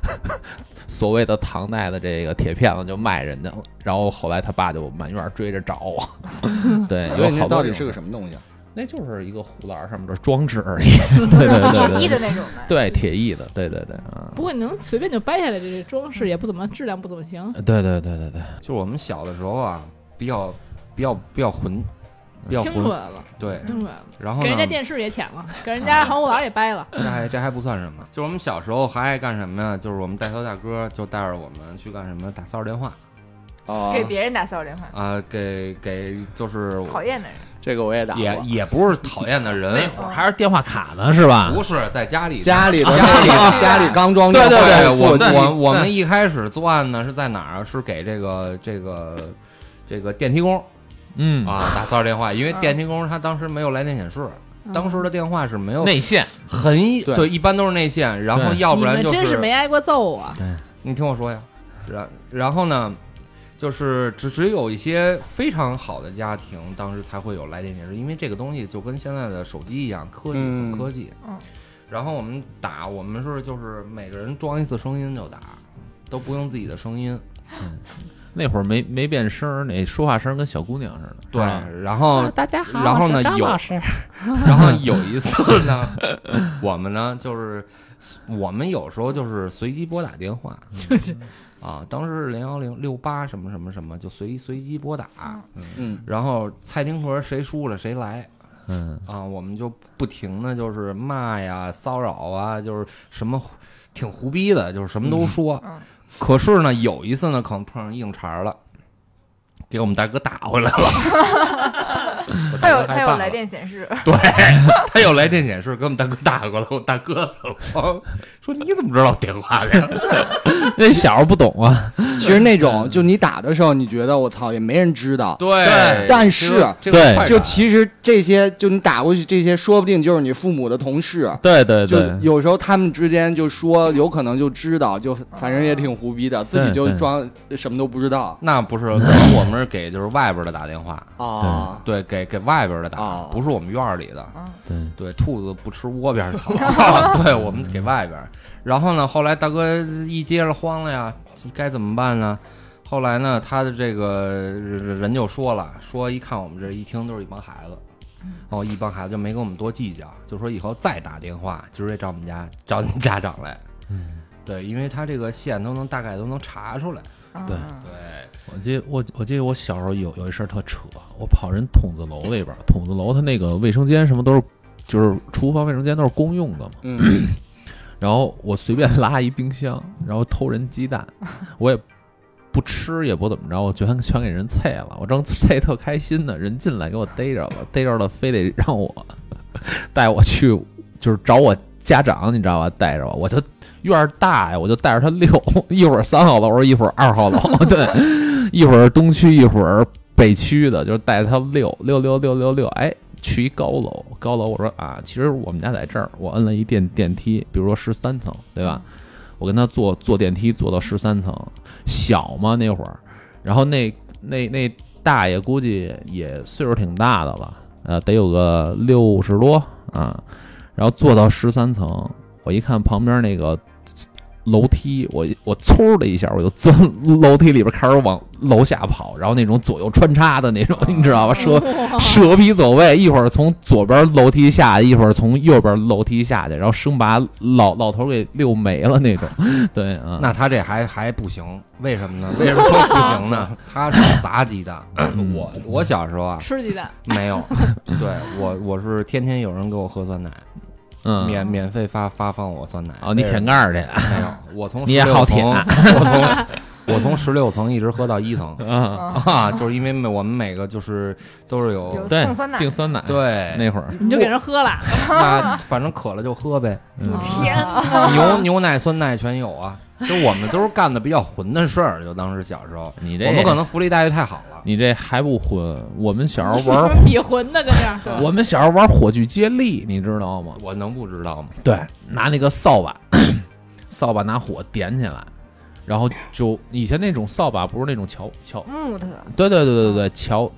Speaker 3: 所谓的唐代的这个铁片子就卖人家了，然后后来他爸就满院儿追着找我， 对，有好多
Speaker 4: 到
Speaker 3: 这
Speaker 4: 底
Speaker 3: 种
Speaker 4: 是个什么东西？啊
Speaker 3: 那就是一个护栏上面的装置而已， 对对对
Speaker 2: 统
Speaker 3: 对
Speaker 2: 一的
Speaker 3: 对，
Speaker 2: 那种呗。
Speaker 3: 对 铁艺的，对对对啊，
Speaker 5: 不过你能随便就掰下来，这这装饰也不怎么，质量不怎么行。
Speaker 3: 对对对对对，
Speaker 1: 就是我们小的时候啊，比较比较比较混，比较
Speaker 5: 听出
Speaker 1: 混，
Speaker 5: 来
Speaker 3: 哎
Speaker 5: 了，
Speaker 1: 对，
Speaker 5: 听出来了，
Speaker 1: 然后
Speaker 5: 给人家
Speaker 1: 呢，
Speaker 5: 电视也舔了，给人家航空栏也掰 了，
Speaker 1: 这还这还不算什么，就是我们小时候还爱干什么呀？就是我们带头大哥就带着我们去干什么打骚扰电话
Speaker 4: 哦，
Speaker 2: 给别人打骚扰电话，
Speaker 1: 啊、给给就是
Speaker 2: 讨厌的人，
Speaker 4: 这个我也打过。
Speaker 1: 也也不是讨厌的人，
Speaker 2: 会儿
Speaker 3: 还是电话卡呢是吧？
Speaker 1: 不是在家里
Speaker 4: 家 里的
Speaker 1: 家
Speaker 4: 家
Speaker 1: 里
Speaker 4: 里 家里刚装
Speaker 3: 啊对
Speaker 4: 电
Speaker 3: 对
Speaker 4: 话
Speaker 3: 对
Speaker 4: 的
Speaker 1: 我
Speaker 4: 座
Speaker 1: 们
Speaker 4: 机
Speaker 1: 我我们一开始作案呢是在哪儿啊？是给这个这个这个电梯工
Speaker 3: 嗯，
Speaker 1: 啊打骚扰电话，因为
Speaker 2: 嗯
Speaker 1: 电梯工他当时没有来电显示，
Speaker 5: 嗯
Speaker 1: 当时的电话是没有
Speaker 3: 内线
Speaker 1: 很
Speaker 4: 对
Speaker 1: 对，一般都是内线，然后
Speaker 3: 对
Speaker 1: 要
Speaker 5: 你
Speaker 1: 不然
Speaker 5: 们
Speaker 1: 就
Speaker 5: 真是没挨过揍啊！
Speaker 1: 你听我说呀，然然后呢，就是只只有一些非常好的家庭，当时才会有来电显示，因为这个东西就跟现在的手机一样，科技
Speaker 4: 嗯
Speaker 1: 很科技。
Speaker 2: 嗯
Speaker 1: 然后我们打，我们是就是每个人装一次声音就打，都不用自己的声音。
Speaker 3: 那会儿没没变声儿，那说话声儿跟小姑娘似的。
Speaker 1: 对，
Speaker 3: 啊
Speaker 1: 然后
Speaker 3: 大家
Speaker 1: 然后呢
Speaker 3: 我是张
Speaker 1: 有
Speaker 3: 老师
Speaker 1: 然后有一次呢，我们呢就是我们有时候就是随机拨打电话，啊，当时是零幺零六八什么什么什么，就随随机拨打，
Speaker 4: 嗯，
Speaker 1: 然后蔡丁壳谁输了谁来
Speaker 3: 嗯，
Speaker 1: 啊，我们就不停的就是骂呀、骚扰啊，就是什么挺胡逼的，就是什么都说。
Speaker 2: 嗯嗯
Speaker 1: 可是呢，有 一次呢，可能碰上硬茬儿了，给我们大哥打回来了。我
Speaker 2: 它
Speaker 1: 大
Speaker 2: 有
Speaker 1: 哥
Speaker 2: 它
Speaker 1: 害
Speaker 2: 有
Speaker 1: 怕
Speaker 2: 来
Speaker 1: 了，
Speaker 2: 电显示，
Speaker 1: 对他有来电显示，给我们大哥打过来，我大哥我说你怎么知道电话的呀？
Speaker 3: 那小孩不懂啊，
Speaker 4: 其实那种就你打的时候，你觉得我操也没人知道，
Speaker 1: 对
Speaker 4: 但是啊
Speaker 1: 这个
Speaker 3: 对
Speaker 1: 快
Speaker 4: 就
Speaker 1: 感
Speaker 4: 其实这些就你打过去这些，说不定就是你父母的同事。
Speaker 3: 对对
Speaker 4: 就
Speaker 3: 对，
Speaker 4: 有时候他们之间就说，有可能就知道，就反正也挺胡逼的，自己就
Speaker 3: 对对
Speaker 4: 装什么都不知道
Speaker 1: 那不是，可能我们是给就是外边的打电话，
Speaker 4: 啊。
Speaker 1: 对，给给外边的打
Speaker 4: 哦，
Speaker 1: 不是我们院儿里的。
Speaker 2: 嗯，
Speaker 1: 对，
Speaker 3: 对
Speaker 1: 兔子不吃窝边草， 对我们给外边儿。然后呢，后来大哥一接着慌了呀，该怎么办呢？后来呢，他的这个人就说了，说一看我们这一听都是一帮孩子，哦，一帮孩子就没跟我们多计较，就说以后再打电话直接找我们家找你们家长来。
Speaker 3: 嗯，
Speaker 1: 对，因为他这个线都能大概都能查出来。
Speaker 2: 嗯
Speaker 3: 对
Speaker 2: 嗯
Speaker 1: 对，
Speaker 3: 我记我我记得我小时候有有一事儿特扯，我跑人筒子楼里边儿，筒子楼它那个卫生间什么都是就是厨房卫生间都是公用的嘛，
Speaker 4: 嗯，
Speaker 3: 然后我随便拉一冰箱，然后偷人鸡蛋，我也不吃也不怎么着，我全全给人啐了，我正啐特开心呢，人进来给我逮着了，逮着了非得让我 带我去就是找我家长，你知道吧？带着我，我就院儿大呀，我就带着他溜， 一会儿三号楼，一会儿二号楼，对，一会儿东区，一会儿北区的，就是带着他溜溜溜溜溜溜，哎，去一高楼，高楼我说啊，其实我们家在这儿，我摁了一电电梯，比如说十三层，对吧？我跟他坐坐电梯坐到十三层，小嘛那会儿，然后那那那大爷估计也岁数挺大的了，呃，得有个六十多啊，然后坐到十三层，我一看旁边那个楼梯，我我嗖的一下我就钻楼梯里边开始往楼下跑，然后那种左右穿插的那种，你知道吧？说
Speaker 5: 哇
Speaker 3: 蛇皮走位，一会儿从左边楼梯下，一会儿从右边楼梯下去，然后生把老老头给溜没了那种。 对啊，
Speaker 1: 那他这还还不行，为什么呢？为什么说不行呢？他是砸鸡蛋。我我小时候啊
Speaker 5: 吃鸡蛋，
Speaker 1: 没 有，对我我是天天有人给我喝酸奶，
Speaker 3: 嗯，
Speaker 1: 免免费发发放我酸奶。
Speaker 3: 哦，你
Speaker 1: 为
Speaker 3: 舔盖儿去
Speaker 1: 什么没有？我从
Speaker 3: 你也
Speaker 1: 16
Speaker 3: 好舔啊
Speaker 1: 层我从我从十六层一直喝到一层
Speaker 3: 啊？
Speaker 2: 嗯
Speaker 1: 啊，就是因为每我们每个就是都是有
Speaker 2: 有
Speaker 3: 对
Speaker 2: 送酸，奶
Speaker 3: 订酸奶，，
Speaker 1: 对
Speaker 3: 那会儿
Speaker 5: 你就给人喝了，
Speaker 1: 那反正渴了就喝 呗，
Speaker 3: 嗯
Speaker 5: 天
Speaker 2: 哪！
Speaker 1: 牛牛奶酸奶全有啊。就我们都是干的比较混的事儿，就当时小时候，
Speaker 3: 你 这
Speaker 1: 我们可能福利待遇太好了。
Speaker 3: 你这还不混？我们小时候
Speaker 5: 是不
Speaker 3: 玩
Speaker 5: 是比魂的跟这儿，
Speaker 3: 我们小时候玩火炬接力，你知道吗？
Speaker 1: 我能不知道吗？
Speaker 3: 对，拿那个扫把， 扫把拿火点起来，然后就以前那种扫把不是那种乔乔
Speaker 2: 木头的，
Speaker 3: 对对对对对，乔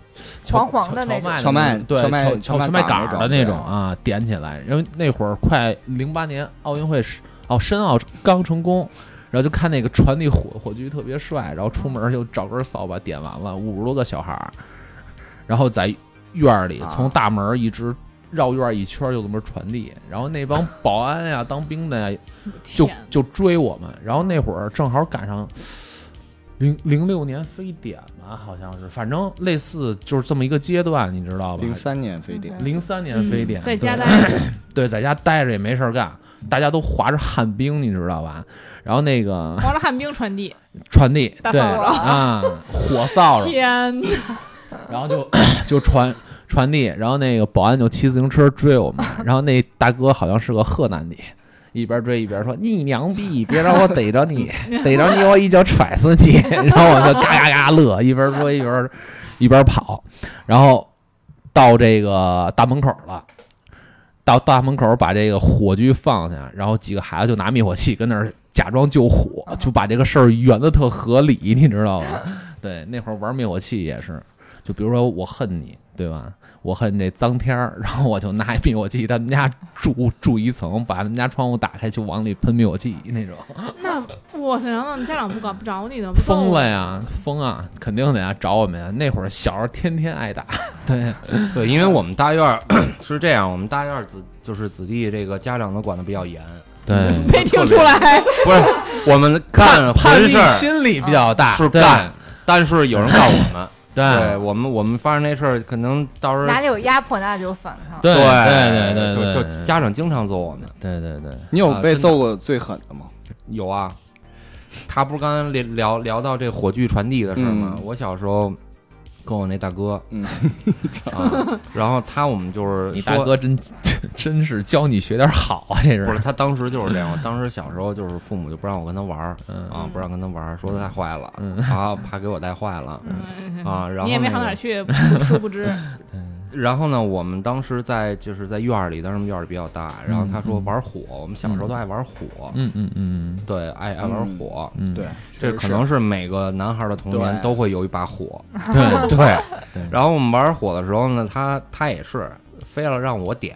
Speaker 3: 乔
Speaker 2: 嗯黄黄的那种
Speaker 3: 麦
Speaker 4: 荞麦
Speaker 3: 对
Speaker 4: 荞麦
Speaker 3: 荞荞
Speaker 4: 荞麦
Speaker 3: 麦
Speaker 4: 杆儿
Speaker 3: 杆儿的
Speaker 4: 那
Speaker 3: 那
Speaker 4: 种
Speaker 3: 种啊，点起来。因为那会儿快零八年奥运会是哦，申奥刚成功，然后就看那个传递火火炬特别帅，然后出门就找根扫把点完了，五十多个小孩儿，然后在院儿里
Speaker 4: 啊
Speaker 3: 从大门儿一直。绕院儿一圈儿就这么传递，然后那帮保安呀、当兵的呀， 就
Speaker 5: 天
Speaker 3: 就追我们。然后那会儿正好赶上零零六年非典吧，好像是，反正类似就是这么一个阶段，你知道吧
Speaker 4: 零？三年非典，
Speaker 3: 零三年非典，
Speaker 5: 嗯在家
Speaker 3: 对
Speaker 5: 待着，
Speaker 3: 对，在家待着也没事儿干，大家都划着旱冰，你知道吧？然后那个
Speaker 5: 黄了旱冰传递，
Speaker 3: 传递，
Speaker 5: 大
Speaker 3: 对
Speaker 5: 扫帚
Speaker 3: 啊，火扫 帚，
Speaker 5: 天哪，
Speaker 3: 然后就 就传传递，然后那个保安就骑自行车追我们，然后那大哥好像是个河南的，一边追一边说：“你娘逼，别让我逮着你，逮着你我一脚踹死你！”然后我就嘎嘎嘎乐，一边说一边一边跑，然后到这个大门口了。到大门口把这个火炬放下，然后几个孩子就拿灭火器跟那儿假装救火，就把这个事儿圆的特合理，你知道吧？对，那会儿玩灭火器也是，就比如说我恨你，对吧？我恨这脏天儿，然后我就拿一灭火器，他们家住住一层，把他们家窗户打开就往里喷灭火器那种，
Speaker 5: 那哇塞，然后你家长不搞不找你呢，不
Speaker 3: 疯
Speaker 5: 揍
Speaker 3: 了
Speaker 5: 你
Speaker 3: 呀，疯啊，肯定得啊，找我们呀。那会儿小时候天天挨打，对，
Speaker 1: 对，因为我们大院儿 是这样，我们大院儿子就是子弟这个家长都管的比较严，
Speaker 3: 对，
Speaker 5: 没听出来，
Speaker 1: 不是我们干
Speaker 3: 嗯叛
Speaker 1: 浑
Speaker 3: 逆
Speaker 1: 事儿啊
Speaker 3: 心理比较大，
Speaker 1: 是
Speaker 3: 对
Speaker 1: 干，，但是有人告我 们，对
Speaker 3: 对
Speaker 1: 我们我们发生这事儿，可能到时
Speaker 2: 哪
Speaker 1: 候
Speaker 2: 里有压迫，哪里就有反抗。
Speaker 3: 对对对
Speaker 1: 就
Speaker 3: 对
Speaker 1: 就
Speaker 3: 对对
Speaker 1: 家长经常揍我们，
Speaker 3: 对对对，
Speaker 4: 你有
Speaker 1: 啊
Speaker 4: 被
Speaker 1: 真的
Speaker 4: 揍过最狠的吗？
Speaker 1: 有啊，他不是刚才聊聊聊到这火炬传递的事儿吗？
Speaker 4: 嗯
Speaker 1: 我小时候跟我那大哥，
Speaker 4: 嗯
Speaker 1: 啊，然后他我们就是
Speaker 3: 你
Speaker 1: 说
Speaker 3: 大哥真 真是教你学点好啊，这
Speaker 1: 不
Speaker 3: 是
Speaker 1: 是，他当时就是这样。我当时小时候就是父母就不让我跟他玩儿
Speaker 3: 嗯，
Speaker 1: 啊，不让跟他玩儿，说他带坏了
Speaker 3: 嗯
Speaker 1: 啊，怕给我带坏了。
Speaker 5: 嗯
Speaker 1: 啊然后
Speaker 5: 你也没
Speaker 1: 那
Speaker 5: 好哪
Speaker 1: 个
Speaker 5: 儿去，殊不知
Speaker 1: 然后呢，我们当时在就是在院儿里，当时我们院儿里比较大，然后他说玩火，我们小时候都爱玩火，
Speaker 3: 嗯嗯嗯
Speaker 1: 对，爱爱玩火。
Speaker 3: 嗯，
Speaker 4: 对，
Speaker 1: 这可能是每个男孩的童年
Speaker 4: 对
Speaker 1: 都会有一把火，
Speaker 5: 嗯
Speaker 3: 对，
Speaker 1: 对
Speaker 3: 对
Speaker 1: 然后我们玩火的时候呢，他他也是非要让我点，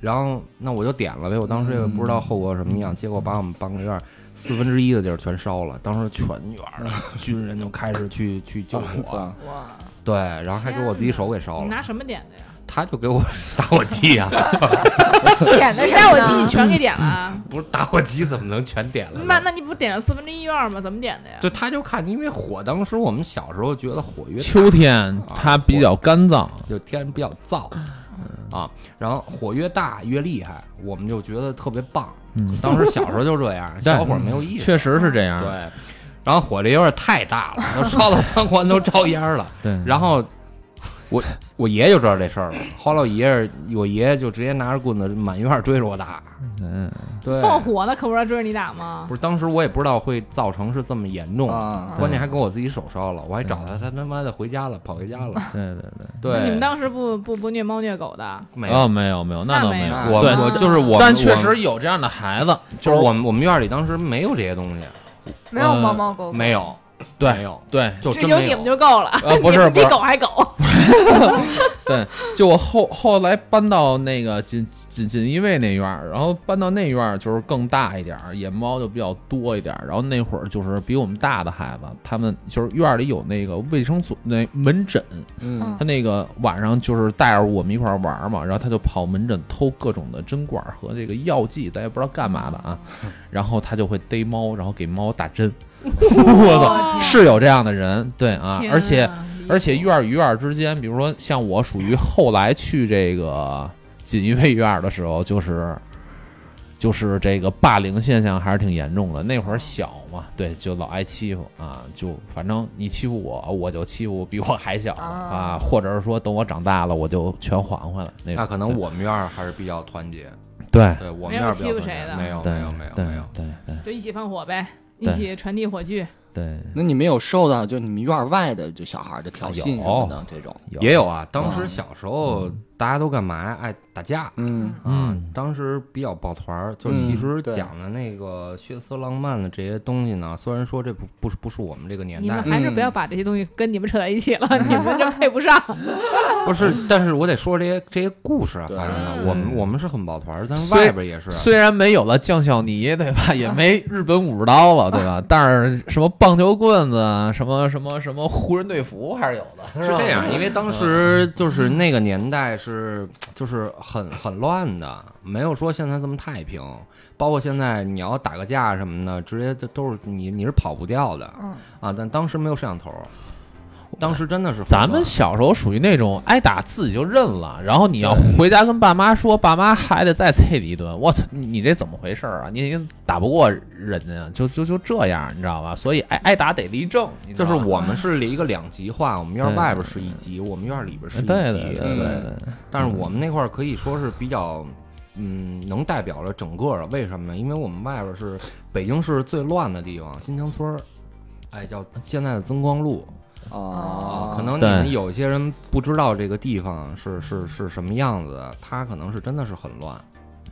Speaker 1: 然后那我就点了呗。我当时也不
Speaker 3: 嗯
Speaker 1: 知道后果什么样，结果把我们半个院儿四分之一的地儿全烧了。当时全院儿 的军人就开始去去救火，
Speaker 4: 啊
Speaker 2: 哇，
Speaker 1: 对，然后还给我自己手给烧
Speaker 5: 你拿
Speaker 1: 了。
Speaker 5: 什么点的呀？
Speaker 1: 他就给我 打火机啊，
Speaker 2: 点的
Speaker 5: 你
Speaker 2: 是
Speaker 5: 带我进去全给点了啊！
Speaker 1: 不是打火机怎么能全点了呢？
Speaker 5: 那那你不点了四分之一院吗？怎么点的呀？
Speaker 1: 就他就看，因为火当时我们小时候觉得火越
Speaker 3: 秋天它比较干燥，
Speaker 1: 就天比较燥
Speaker 5: 嗯
Speaker 1: 啊，然后火越大越厉害，我们就觉得特别棒。
Speaker 3: 嗯，
Speaker 1: 当时小时候就这 样，
Speaker 3: 但
Speaker 1: 小火没有意啊识，
Speaker 3: 确实是这样，
Speaker 1: 对。然后火力有点太大了，都烧到三环都着烟 了。
Speaker 3: 对，
Speaker 1: 然后我我爷就知道这事儿了，后来我爷我爷就直接拿着棍子满院追着我打。
Speaker 3: 嗯
Speaker 1: 对，
Speaker 5: 放火呢，可不是追着你打吗？
Speaker 1: 不是当时我也不知道会造成是这么严重，
Speaker 4: 啊，
Speaker 1: 关键还给我自己手烧了，我还找他，他他妈的回家了，跑回家了。
Speaker 3: 对对对，
Speaker 1: 对，
Speaker 5: 你们当时不不不虐猫虐狗的？
Speaker 1: 没
Speaker 3: 哦
Speaker 1: 有，
Speaker 3: 没有没有，
Speaker 5: 那
Speaker 3: 倒
Speaker 5: 没
Speaker 3: 没
Speaker 5: 有
Speaker 1: 我
Speaker 3: 对
Speaker 1: 我就是我们，
Speaker 3: 但确
Speaker 1: 我们
Speaker 3: 实有这样的孩子，
Speaker 1: 就是我们我们院里当时没有这些东西，
Speaker 2: 没有猫猫狗狗，
Speaker 1: 呃没有，没
Speaker 3: 对
Speaker 1: 有，
Speaker 3: 对
Speaker 1: 就
Speaker 5: 只
Speaker 1: 真没
Speaker 5: 你们就够了。
Speaker 3: 呃不是
Speaker 5: 你 们比
Speaker 3: 不是
Speaker 5: 狗还狗。
Speaker 3: 对，就我后后来搬到那个锦锦锦衣卫那院儿，然后搬到那院儿就是更大一点儿，野猫就比较多一点儿。然后那会儿就是比我们大的孩子，他们就是院儿里有那个卫生所那门诊，
Speaker 4: 嗯
Speaker 3: 他那个晚上就是带着我们一块儿玩儿嘛，然后他就跑门诊偷各种的针管儿和这个药剂，咱也不知道干嘛的啊。然后他就会逮猫，然后给猫打针。我操，是有这样的人，对啊，而且。
Speaker 1: 嗯
Speaker 3: 而且院儿与院儿之间，比如说像我属于后来去这个锦衣卫院儿的时候，就是就是这个霸凌现象还是挺严重的。那会儿小嘛，对，就老挨欺负啊，就反正你欺负我，我就欺负比我还小的啊
Speaker 2: 啊，
Speaker 3: 或者是说等我长大了，我就全还回来。那
Speaker 1: 那
Speaker 3: 种
Speaker 1: 可能我们院儿还是比较团结，
Speaker 3: 啊对
Speaker 1: 对我们
Speaker 5: 没有
Speaker 1: 院儿比
Speaker 5: 欺负
Speaker 1: 较团
Speaker 5: 谁
Speaker 1: 结，
Speaker 5: 的
Speaker 1: 没有
Speaker 3: 对
Speaker 1: 啊没有没有
Speaker 3: 对
Speaker 1: 没有，
Speaker 3: 对对
Speaker 5: 就一起放火呗，一
Speaker 3: 对
Speaker 5: 起传递火炬。
Speaker 3: 对，
Speaker 4: 那你们有受到就你们院外的就小孩的挑衅什么的这种？
Speaker 3: 有
Speaker 1: 也有啊。当时小时候大家都干嘛呀？爱打架。
Speaker 4: 嗯
Speaker 1: 啊
Speaker 3: 嗯，
Speaker 1: 当时比较抱团儿，就
Speaker 4: 嗯
Speaker 1: 其实
Speaker 4: 对
Speaker 1: 讲的那个血色浪漫的这些东西呢，虽然说这不不是不是我们这个年
Speaker 5: 你
Speaker 1: 代
Speaker 5: 们，还是不要把这些东西跟你们扯在一起了，你们这配不上。
Speaker 1: 不是，但是我得说这些这些故事啊，
Speaker 4: 对
Speaker 1: 发生
Speaker 5: 嗯
Speaker 1: 的，我们我们是很抱团儿，但是
Speaker 3: 虽
Speaker 1: 外边也是，
Speaker 3: 虽然没有了酱小泥，对吧？也没日本武士刀了，对吧？但是什么棒球棍子啊，什么什么什么湖人队服还是有的，
Speaker 1: 是
Speaker 3: 吧
Speaker 1: 这样，因为当时就是那个年代是就是很很乱的，没有说现在这么太平。包括现在你要打个架什么的，直接都都是你你是跑不掉的
Speaker 2: 嗯，
Speaker 1: 啊。但当时没有摄像头，当时真的是很
Speaker 3: 咱们
Speaker 1: 乱
Speaker 3: 小时候属于那种挨打自己就认了，然后你要回家跟爸妈说，爸妈还得再啐你一顿。我操，你你这怎么回事儿啊？你你打不过人家呀，就就就这样，你知道吧？所以挨挨打得立正，你知
Speaker 1: 就
Speaker 3: 道
Speaker 1: 是
Speaker 3: 吧
Speaker 1: 我们是一个两极化，我们院
Speaker 3: 对
Speaker 1: 外边是一级，我们院里边是
Speaker 3: 对
Speaker 1: 一级。
Speaker 3: 呃
Speaker 1: 嗯
Speaker 3: 对对
Speaker 1: 对
Speaker 3: 对对，嗯
Speaker 1: 但是我们那块儿可以说是比较，嗯，能代表了整个儿。为什么呢？因为我们外边儿是北京市最乱的地方，新疆村儿，哎，叫
Speaker 3: 啊
Speaker 1: 现在的增光路
Speaker 4: 啊，
Speaker 1: 可能你
Speaker 3: 对
Speaker 1: 们有些人不知道这个地方是是是什么样子的，它可能是真的是很乱，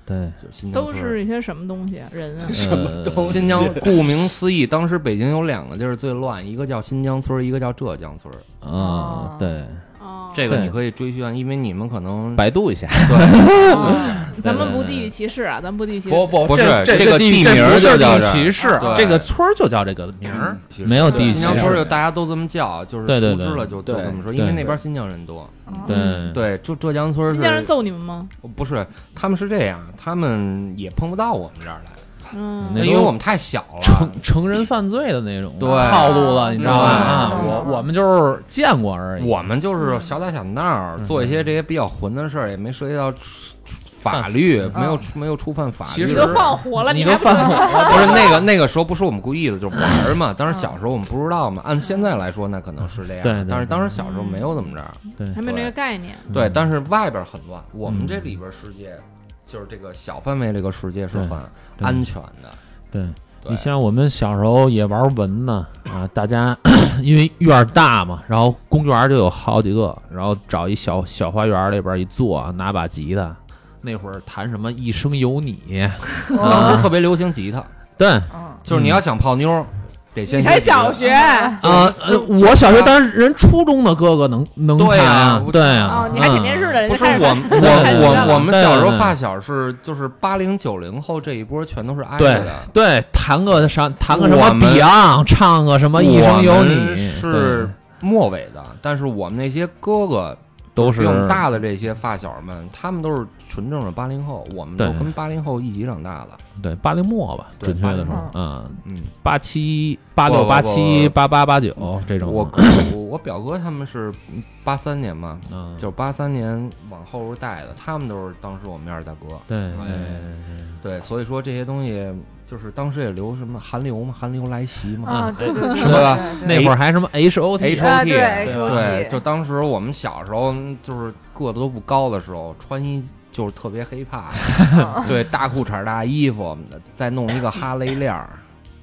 Speaker 3: 对呃
Speaker 1: 就是新疆
Speaker 5: 都
Speaker 1: 村儿。
Speaker 5: 是一些什么东西啊？人啊，
Speaker 4: 什么东西
Speaker 1: 新疆，顾名思义，当时北京有两个地儿最乱，一个叫新疆村儿，一个叫浙江村儿。
Speaker 3: 啊，对，
Speaker 5: 哦，
Speaker 1: 这个
Speaker 3: 对
Speaker 1: 你可以追寻，因为你们可能
Speaker 3: 百度一下。
Speaker 1: 对
Speaker 5: 哦咱们不地域歧视啊，咱们不地域歧视。
Speaker 3: 不不
Speaker 1: 不是
Speaker 3: 这这
Speaker 1: 这个
Speaker 3: 地
Speaker 1: 地
Speaker 3: 这
Speaker 1: 名
Speaker 3: 不
Speaker 1: 儿
Speaker 3: 是
Speaker 1: 就叫这
Speaker 3: 地域
Speaker 1: 儿啊
Speaker 3: 歧视
Speaker 1: 对，嗯
Speaker 3: 这个村儿就叫这个名儿。没有地域
Speaker 1: 新疆
Speaker 3: 歧
Speaker 1: 村儿
Speaker 3: 视
Speaker 1: 就大家都这么叫，就是
Speaker 3: 对对
Speaker 1: 熟知
Speaker 3: 对
Speaker 1: 了就就
Speaker 4: 对
Speaker 1: 这么说，
Speaker 3: 对
Speaker 1: 因为
Speaker 3: 对
Speaker 1: 那边新疆人多。
Speaker 2: 嗯，
Speaker 3: 对
Speaker 1: 对，浙浙江村儿
Speaker 5: 新疆人
Speaker 1: 是
Speaker 5: 揍你们吗？
Speaker 1: 不是？他们是这样，他们也碰不到我们这儿来，
Speaker 5: 嗯
Speaker 3: 那，都
Speaker 1: 因为我们太小
Speaker 3: 成
Speaker 1: 了。
Speaker 3: 成人犯罪的那种
Speaker 1: 对
Speaker 3: 套路了，你知道吧？
Speaker 1: 对
Speaker 3: 啊，我我们就是见过而已。嗯
Speaker 1: 我们就是小打小闹，做一些这些比较混的事儿，也没涉及到出出法律，
Speaker 3: 犯
Speaker 1: 没有
Speaker 2: 嗯
Speaker 1: 没有触犯法律。
Speaker 3: 其
Speaker 5: 你
Speaker 3: 实
Speaker 5: 都放火了，
Speaker 3: 你
Speaker 5: 还
Speaker 3: 都
Speaker 5: 不知道
Speaker 3: 犯火 了，
Speaker 1: 不是 那个那个时候不是我们故意的，就是玩儿嘛。当时小时候我们不知道嘛，按现在来说那可能是这样，
Speaker 3: 对对
Speaker 1: 但是
Speaker 3: 对
Speaker 1: 当时小时候没有怎么着。
Speaker 3: 对
Speaker 5: 还没有这个概念。
Speaker 1: 对，
Speaker 3: 嗯
Speaker 1: 但是外边很乱，我们这里边世界就是这个小范围这个世界是很
Speaker 3: 对
Speaker 1: 安全的。
Speaker 3: 对。
Speaker 1: 对
Speaker 3: 你像我们小时候也玩蚊呢啊，大家 因为院儿大嘛，然后公园儿就有好几个，然后找一小小花园儿里边儿一坐，拿把吉他，那会儿弹什么《一生有你》，啊
Speaker 1: 当时特别流行吉他，
Speaker 3: 对，
Speaker 2: 嗯，
Speaker 1: 就是你要想泡妞儿，得先
Speaker 5: 你
Speaker 1: 学
Speaker 5: 才
Speaker 1: 吉他
Speaker 5: 小学，
Speaker 3: 啊，呃，我小学当时人初中的哥哥能能
Speaker 1: 对
Speaker 3: 弹
Speaker 1: 呀
Speaker 3: 啊
Speaker 1: 我，
Speaker 3: 对啊
Speaker 5: 哦，，你还挺
Speaker 3: 嗯
Speaker 5: 电视的，人
Speaker 1: 不
Speaker 5: 家
Speaker 1: 是
Speaker 5: 开始
Speaker 1: 我们我
Speaker 3: 对
Speaker 1: 我我
Speaker 3: 对
Speaker 1: 们
Speaker 3: 对
Speaker 1: 小时候
Speaker 3: 对
Speaker 1: 发小是就是八零九零后这一波全都是挨
Speaker 3: 对
Speaker 1: 着的。
Speaker 3: 对，弹个啥，弹个什么
Speaker 1: 我们
Speaker 3: Beyond，唱个什么《一生有你
Speaker 1: 我们》，是末尾的，但是我们那些哥哥
Speaker 3: 对都是
Speaker 1: 比我们大的这些发小们，他们都是纯正的八零后，我们都
Speaker 3: 对
Speaker 1: 跟八零后一起长大的。
Speaker 3: 对八零末吧，
Speaker 1: 对
Speaker 3: 准确的说
Speaker 2: 80，
Speaker 3: 嗯，
Speaker 1: 嗯，
Speaker 3: 八七八
Speaker 1: 不
Speaker 3: 六
Speaker 1: 不
Speaker 3: 八
Speaker 1: 不
Speaker 3: 七八八八九这种，啊
Speaker 1: 我我我表哥他们是八三年嘛，
Speaker 3: 嗯，
Speaker 1: 就是八三年往后带的，他们都是当时我们二大哥。
Speaker 3: 对
Speaker 1: 哎
Speaker 3: 对对
Speaker 1: 对，所以说这些东西就是当时也流什么韩流嘛，韩流来袭嘛，
Speaker 2: 啊，对对对，
Speaker 1: 是吧
Speaker 2: 对？
Speaker 3: 对，那会儿还什么 H O T，
Speaker 1: H
Speaker 2: 对啊，对
Speaker 1: HOT
Speaker 2: 是
Speaker 3: 对
Speaker 1: 对，
Speaker 2: HOT
Speaker 1: 就当时我们小时候就是个子都不高的时候，穿衣就是特别黑 怕，
Speaker 2: 嗯
Speaker 1: 对，大裤衩儿、大衣服，再弄一个哈雷链儿，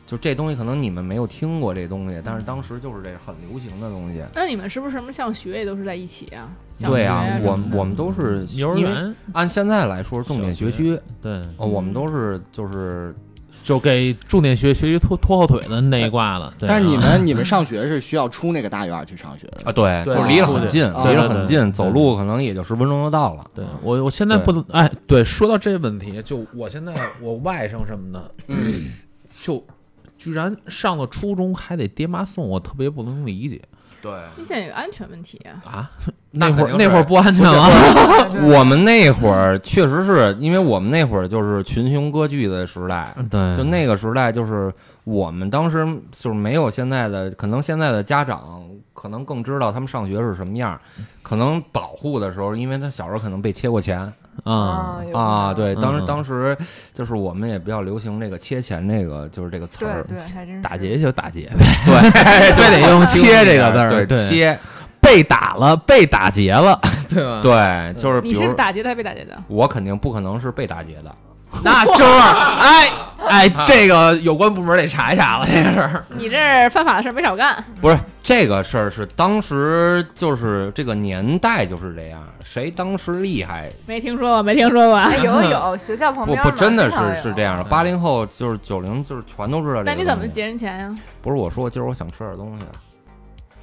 Speaker 1: 就这东西可能你们没有听过这东西，但是当时就是这很流行的东西。
Speaker 5: 那你们是不是什么上学也都是在一起啊？小
Speaker 1: 对
Speaker 5: 学
Speaker 1: 啊
Speaker 5: 啊，
Speaker 1: 我
Speaker 5: 什么
Speaker 1: 们我们都是
Speaker 3: 嗯幼儿
Speaker 1: 因为
Speaker 3: 园，嗯
Speaker 1: 按现在来说重点学区，
Speaker 3: 对，
Speaker 1: 呃我们都是就是
Speaker 3: 就给重点学学习拖拖后腿的那一挂了。对
Speaker 4: 但是你
Speaker 3: 啊
Speaker 4: 们你们上学是需要出那个大院儿去上学的，
Speaker 1: 啊，对，
Speaker 4: 对
Speaker 1: 就离得很近，
Speaker 4: 啊
Speaker 1: 离得
Speaker 3: 对
Speaker 1: 很
Speaker 3: 对
Speaker 1: 近，
Speaker 3: 对
Speaker 1: 走路可能也就十分钟就到了。
Speaker 3: 对我，我现在
Speaker 1: 对
Speaker 3: 不能哎，对，说到这问题，就我现在我外甥什么的，
Speaker 4: 嗯，
Speaker 3: 就居然上了初中还得爹妈送我，特别不能理解
Speaker 1: 对，
Speaker 5: 你现在有安全问题啊？
Speaker 3: 啊！
Speaker 1: 那
Speaker 3: 那
Speaker 1: 肯
Speaker 3: 会儿
Speaker 1: 定是
Speaker 3: 那会儿 不安全啊，
Speaker 1: 我们那会儿确实是因为我们那会儿就是群雄割据的时代，
Speaker 3: 对，
Speaker 1: 就那个时代，就是我们当时就是没有现在的，可能现在的家长可能更知道他们上学是什么样儿，可能保护的时候，因为他小时候可能被切过钱
Speaker 2: 哦
Speaker 3: 啊，
Speaker 1: 啊，，
Speaker 2: 有可能
Speaker 1: 对，当时
Speaker 3: 嗯
Speaker 1: 当时就是我们也比较流行这个切钱这个就是这个词
Speaker 2: 对
Speaker 1: 儿，
Speaker 2: 对，还真是
Speaker 3: 打劫就打劫呗，对， 非得用切这个字儿，
Speaker 1: 对，
Speaker 3: 对，
Speaker 1: 切，
Speaker 3: 被打了，被打劫了，对吧？
Speaker 1: 对，就是比
Speaker 5: 你是
Speaker 1: 如
Speaker 5: 打劫的还是被打劫的？
Speaker 1: 我肯定不可能是被打劫的，
Speaker 3: 那 周二，哎哎，
Speaker 1: 啊
Speaker 3: 这个有关部门得查一查了，这个事儿。
Speaker 5: 你这儿犯法的事儿没少干。
Speaker 1: 不是这个事儿是当时就是这个年代就是这样，谁当时厉害
Speaker 5: 没听说过，没听说过。啊
Speaker 2: 哎有有学校
Speaker 5: 哦
Speaker 2: 旁
Speaker 1: 嗯不
Speaker 2: 边
Speaker 1: 不，
Speaker 2: 嘛
Speaker 1: 真的
Speaker 2: 经常
Speaker 1: 是
Speaker 2: 有
Speaker 1: 是这样的。八零后就是九零，就是全都知道这个东西。
Speaker 5: 嗯那你怎么劫人钱呀？
Speaker 1: 不是我说，今儿我想吃点东西，啊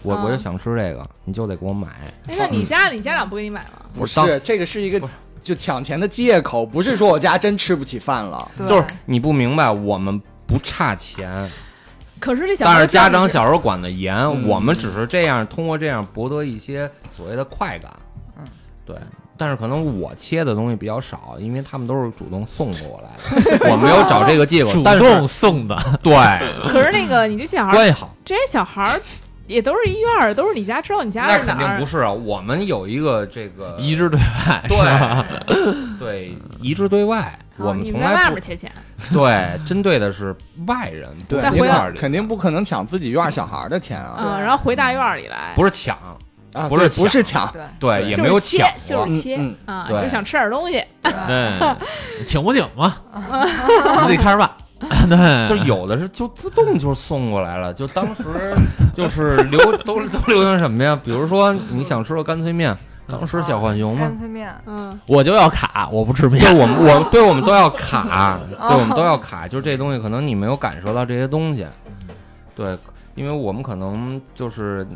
Speaker 1: 我
Speaker 5: 啊
Speaker 1: 我就想吃这个，你就得给我买。
Speaker 5: 哎，那你家你家长不给你买吗？
Speaker 4: 不
Speaker 1: 当
Speaker 4: 是，这个是一个
Speaker 1: 不是
Speaker 4: 就抢钱的借口，不是说我家真吃不起饭了。
Speaker 2: 对
Speaker 1: 就是你不明白，我们不差钱，
Speaker 5: 可是这小孩
Speaker 1: 但
Speaker 5: 儿
Speaker 1: 是家
Speaker 5: 这样
Speaker 1: 长
Speaker 5: 子
Speaker 1: 小时候管的严，
Speaker 4: 嗯
Speaker 1: 我们只是这样通过这样博得一些所谓的快感。
Speaker 2: 嗯，
Speaker 1: 对。但是可能我切的东西比较少，因为他们都是主动送给我来 的，我没有找这个借口。但是
Speaker 3: 送的，
Speaker 1: 对
Speaker 5: 可是那个你这小孩儿
Speaker 1: 关系好。
Speaker 5: 这些小孩儿也都是一院儿，都是你家知道你家
Speaker 1: 那
Speaker 5: 是
Speaker 1: 肯
Speaker 5: 哪
Speaker 1: 定
Speaker 5: 儿
Speaker 1: 不。是啊，我们有一个这个
Speaker 3: 一致对外， 是吧？
Speaker 1: 对对，一致对外，
Speaker 5: 哦
Speaker 1: 我们
Speaker 5: 你
Speaker 1: 从
Speaker 5: 在
Speaker 1: 来
Speaker 5: 外
Speaker 1: 不
Speaker 5: 面切钱，
Speaker 1: 对针对的是外人，不
Speaker 4: 对
Speaker 1: 是
Speaker 5: 再
Speaker 1: 那
Speaker 5: 回
Speaker 1: 块儿
Speaker 5: 到
Speaker 1: 里
Speaker 4: 肯定不可能抢自己院儿小孩儿的钱啊！
Speaker 5: 嗯，然后回大院儿里来，
Speaker 1: 不是抢，
Speaker 4: 啊，
Speaker 1: 不
Speaker 4: 对
Speaker 1: 是
Speaker 4: 不是抢，
Speaker 2: 对
Speaker 1: 对，
Speaker 4: 对
Speaker 1: 也
Speaker 5: 就
Speaker 1: 没
Speaker 5: 是
Speaker 1: 有
Speaker 5: 切
Speaker 1: 抢
Speaker 5: 就
Speaker 1: 过。
Speaker 5: 是
Speaker 4: 嗯
Speaker 5: 切
Speaker 4: 嗯
Speaker 5: 啊，
Speaker 1: 对
Speaker 5: 就想吃点东西。
Speaker 3: 对，请不请嘛？你自己看着办。 对，
Speaker 1: 就有的是就自动就送过来了， 就当时就是流 都都流行什么呀？比如说你想吃个干脆面，当时小浣熊嘛
Speaker 2: 干，脆面，
Speaker 5: 嗯，
Speaker 3: 我就要卡，我不吃面
Speaker 1: 对。我们我对我们都要卡，对我们都要卡，就这东西可能你没有感受到这些东西，对，因为我们可能就是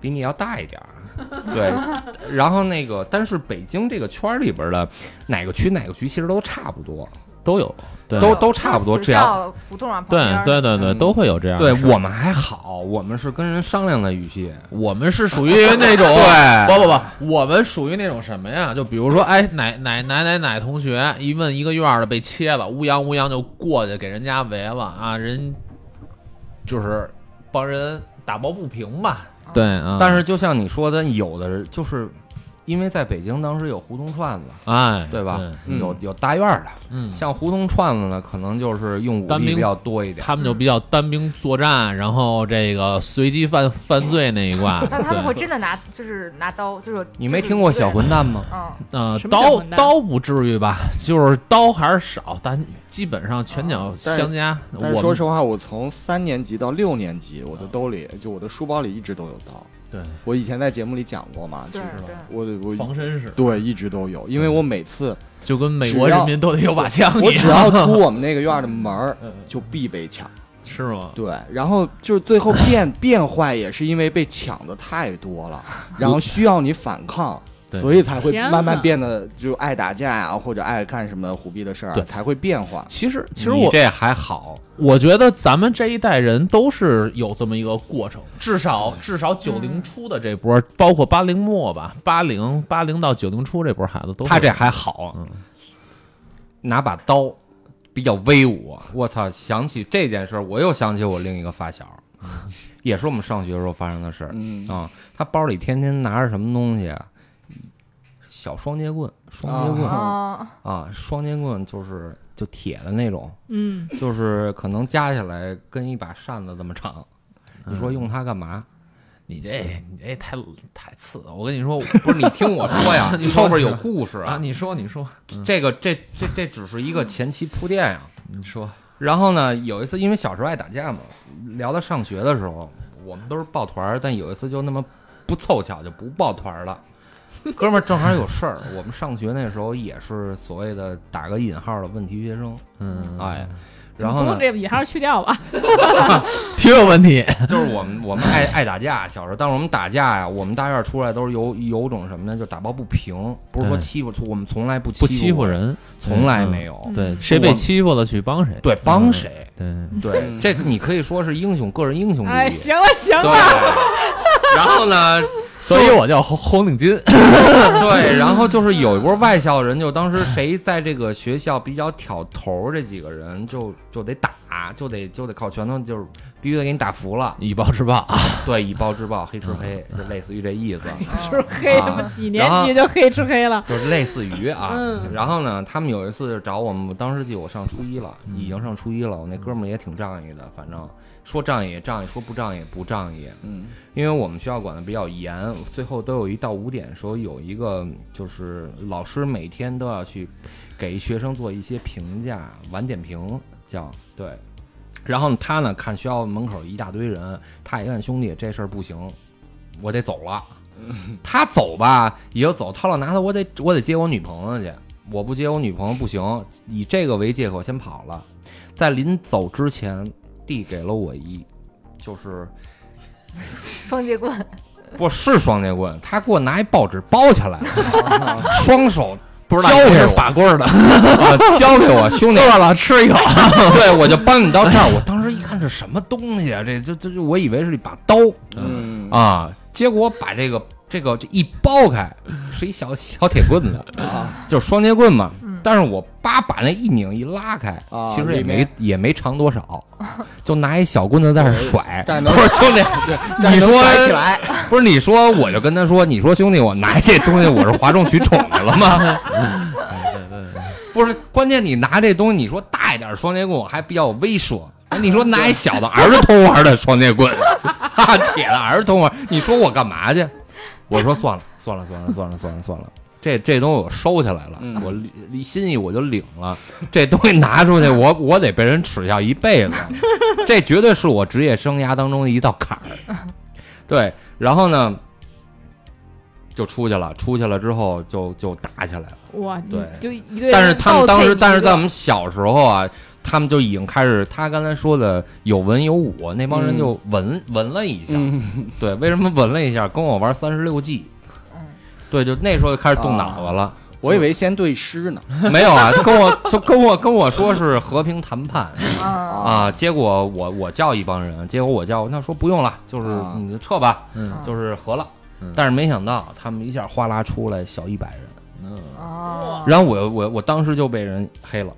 Speaker 1: 比你要大一点儿，对，然后那个，但是北京这个圈儿里边儿的哪个区哪个区其实都差不多，
Speaker 3: 都有，对
Speaker 1: 都都差不多，
Speaker 2: 学
Speaker 1: 只要
Speaker 2: 校胡同啊旁边
Speaker 3: 对对
Speaker 2: 儿
Speaker 3: 对对，
Speaker 1: 嗯
Speaker 3: 都会有这样的
Speaker 1: 对
Speaker 3: 事。
Speaker 1: 我们还好，我们是跟人商量的语气，
Speaker 3: 我们是属于那 种
Speaker 1: 对，
Speaker 3: 不不不，我们属于那种什么呀？就比如说，哎，哪哪哪哪哪同学一问一个院儿的被切了，乌泱乌泱就过去给人家围了啊，人就是帮人打抱不平吧。对啊，
Speaker 1: 但是就像你说的，有的就是因为在北京当时有胡同串子，
Speaker 3: 哎，
Speaker 1: 对吧？
Speaker 4: 嗯
Speaker 1: 有有大院儿的，
Speaker 3: 嗯，
Speaker 1: 像胡同串子呢，可能就是用武
Speaker 3: 单
Speaker 1: 力
Speaker 3: 兵
Speaker 1: 比较多一点。
Speaker 3: 他们就比较单兵作战，然后这个随机犯犯罪那一挂。
Speaker 2: 那他们会
Speaker 3: 对，
Speaker 2: 真的拿，就是拿刀，就是
Speaker 1: 你没听过小？混蛋吗？
Speaker 2: 嗯，
Speaker 3: 呃，
Speaker 5: 什么叫
Speaker 3: 刀
Speaker 5: 混蛋
Speaker 3: 刀不至于吧， 就是刀还是少，但基本上拳脚相加。
Speaker 4: 但是
Speaker 3: 我
Speaker 4: 说
Speaker 3: 们
Speaker 4: 实话，我从三年级到六年级，我的兜里就我的书包里一直都有刀。
Speaker 3: 对
Speaker 4: 我以前在节目里讲过嘛，就
Speaker 2: 对
Speaker 4: 是
Speaker 2: 对，
Speaker 4: 我我
Speaker 3: 防身是，
Speaker 4: 对一直都有，因为我每次
Speaker 3: 就跟美国人民都得有把枪
Speaker 4: 我
Speaker 3: 一
Speaker 4: 只
Speaker 3: 样，
Speaker 4: 要出我们那个院儿的门儿，就必被抢。
Speaker 3: 是吗？
Speaker 4: 对，然后就是最后变变坏，也是因为被抢的太多了，然后需要你反抗，
Speaker 3: 对
Speaker 4: 所以才会
Speaker 5: 天
Speaker 4: 慢慢
Speaker 5: 哪
Speaker 4: 变得就爱打架呀、或者爱干什么胡逼的事儿啊，
Speaker 3: 对
Speaker 4: 才会变坏。
Speaker 3: 其实，其实
Speaker 1: 你
Speaker 3: 我
Speaker 1: 这还好，
Speaker 3: 我觉得咱们这一代人都是有这么一个过程，至少至少九零初的这波，包括八零末吧，八零八零到九零初这波孩 子都
Speaker 1: 他这还好，
Speaker 3: 嗯
Speaker 1: 拿把刀比较威武。我操！想起这件事儿，我又想起我另一个发小，
Speaker 3: 嗯
Speaker 1: 也是我们上学时候发生的事儿
Speaker 4: 嗯，
Speaker 1: 啊。他包里天天拿着什么东西啊？小双截棍，双截棍
Speaker 2: 嗯，
Speaker 1: 啊，双截棍就是就铁的那种，
Speaker 5: 嗯，
Speaker 1: 就是可能加起来跟一把扇子这么长。你
Speaker 5: 嗯
Speaker 1: 说用它干嘛？
Speaker 3: 你这你这太太次了，我跟你说我
Speaker 1: 不是你听我说 呀，
Speaker 3: 你说
Speaker 1: 后边有故事
Speaker 3: 啊，
Speaker 5: 嗯
Speaker 1: 啊。
Speaker 3: 你说你说
Speaker 1: 这个这这这只是一个前期铺垫呀、
Speaker 3: 你说，
Speaker 1: 然后呢，有一次因为小时候爱打架嘛，聊到上学的时候，我们都是抱团儿，但有一次就那么不凑巧就不抱团儿了。哥们儿正好有事儿，我们上学那时候也是所谓的打个引号的问题学生，
Speaker 3: 嗯，
Speaker 1: 哎，然后
Speaker 5: 不
Speaker 1: 呢
Speaker 5: 用，这引号去掉吧。
Speaker 3: 挺有问题，
Speaker 1: 就是我们我们爱爱打架，小时候，但是我们打架呀，我们大院出来都是有有种什么呢，就打抱不平，不是说
Speaker 3: 对
Speaker 1: 欺负，我们从来不
Speaker 3: 不欺负
Speaker 1: 人，
Speaker 3: 人，
Speaker 1: 从来没有，
Speaker 5: 嗯
Speaker 3: 对，谁被欺负了去帮谁，
Speaker 1: 对，帮谁？
Speaker 3: 对，
Speaker 1: 对，
Speaker 4: 嗯
Speaker 1: 这个你可以说是英雄个人英雄主义。
Speaker 5: 哎，行了行
Speaker 1: 对
Speaker 5: 了，，
Speaker 1: 然后呢，
Speaker 3: 所以我叫红红领 巾，
Speaker 1: 对，然后就是有一波外校人，就当时谁在这个学校比较挑头儿，这几个人就就得打，就得就得靠拳头，就是必须得给你打服了。
Speaker 3: 以暴制暴啊，
Speaker 1: 对，以暴制暴，黑吃黑，
Speaker 3: 嗯
Speaker 1: 就类似于这意思，
Speaker 5: 就是黑
Speaker 1: 啊
Speaker 5: 他妈几年级就黑吃黑了。
Speaker 1: 就是类似于啊。
Speaker 5: 嗯
Speaker 1: 然后呢，他们有一次就找我们，我当时记得我上初一了，已经上初一了，我那哥们儿也挺仗义的，反正说仗义也仗义，说不仗义也不仗义。
Speaker 4: 嗯，
Speaker 1: 因为我们学校管的比较严，最后都有一到五点的时候有一个，就是老师每天都要去给学生做一些评价，晚点评叫对。然后他呢，看学校门口一大堆人，他也看兄弟这事儿不行，我得走了。他走吧也就走，他老拿他我得我得接我女朋友去，我不接我女朋友不行，以这个为借口先跑了。在临走之前递给了我一就是
Speaker 2: 双 截棍，
Speaker 1: 不是双截棍，他给我拿一报纸包起来 了，双手不
Speaker 3: 不知道
Speaker 1: 交
Speaker 3: 你
Speaker 1: 给
Speaker 3: 是
Speaker 1: 我，
Speaker 3: 法棍儿的，
Speaker 1: 啊交给 我兄弟，
Speaker 3: 饿了吃一口，
Speaker 1: 对我就帮你到这儿。我当时一看这什么东西啊，这这这，我以为是一把刀
Speaker 4: 嗯
Speaker 1: 啊，结果把这个这个这一剥开，是一小小铁棍子，
Speaker 3: 嗯
Speaker 4: 啊，
Speaker 1: 就是双截棍嘛
Speaker 2: 嗯。
Speaker 1: 但是我叭把那一拧一拉开
Speaker 4: 啊，
Speaker 1: 其实也
Speaker 4: 里面
Speaker 1: 没也没长多少，就拿一小棍子在那儿
Speaker 3: 哦
Speaker 1: 甩。
Speaker 4: 但
Speaker 1: 不
Speaker 4: 能
Speaker 1: 是兄弟，
Speaker 4: 但
Speaker 1: 你
Speaker 4: 能
Speaker 1: 说
Speaker 4: 甩起来，
Speaker 1: 不是你说，我就跟他说，你说兄弟，我拿这东西我是哗众取宠的了吗？哎
Speaker 3: 对对对，
Speaker 1: 不是，关键你拿这东西，你说大一点的双截棍我还比较有威慑，你说拿一小的儿童玩的双截棍， 哈哈，铁的儿童玩，你说我干嘛去？我说算了，算了，算了，算了，算了，算了。这这东西我收起来了，
Speaker 4: 嗯
Speaker 1: 我理理心意我就领了。这东西拿出去，我我得被人耻笑一辈子，这绝对是我职业生涯当中的一道坎儿。对，然后呢，就出去了，出去了之后就就打起来了。
Speaker 5: 哇，你
Speaker 1: 对
Speaker 5: 就一个人。
Speaker 1: 但是他们当时，但是在我们小时候啊，他们就已经开始，他刚才说的有文有武，那帮人就文、文了一下。
Speaker 4: 嗯，
Speaker 1: 对，为什么文了一下？跟我玩三十六计。对，就那时候就开始动脑子了。
Speaker 4: 我以为先对诗呢，
Speaker 1: 没有啊，跟我就跟我跟我说是和平谈判
Speaker 2: 嗯，
Speaker 1: 啊，结果我我叫一帮人，结果我叫那说不用了，就是
Speaker 4: 啊
Speaker 1: 你就撤吧，
Speaker 3: 嗯
Speaker 1: 就是和了
Speaker 3: 嗯。
Speaker 1: 但是没想到他们一下哗啦出来小一百人。
Speaker 3: 嗯，
Speaker 2: 哦，
Speaker 1: 然后我我我当时就被人黑了，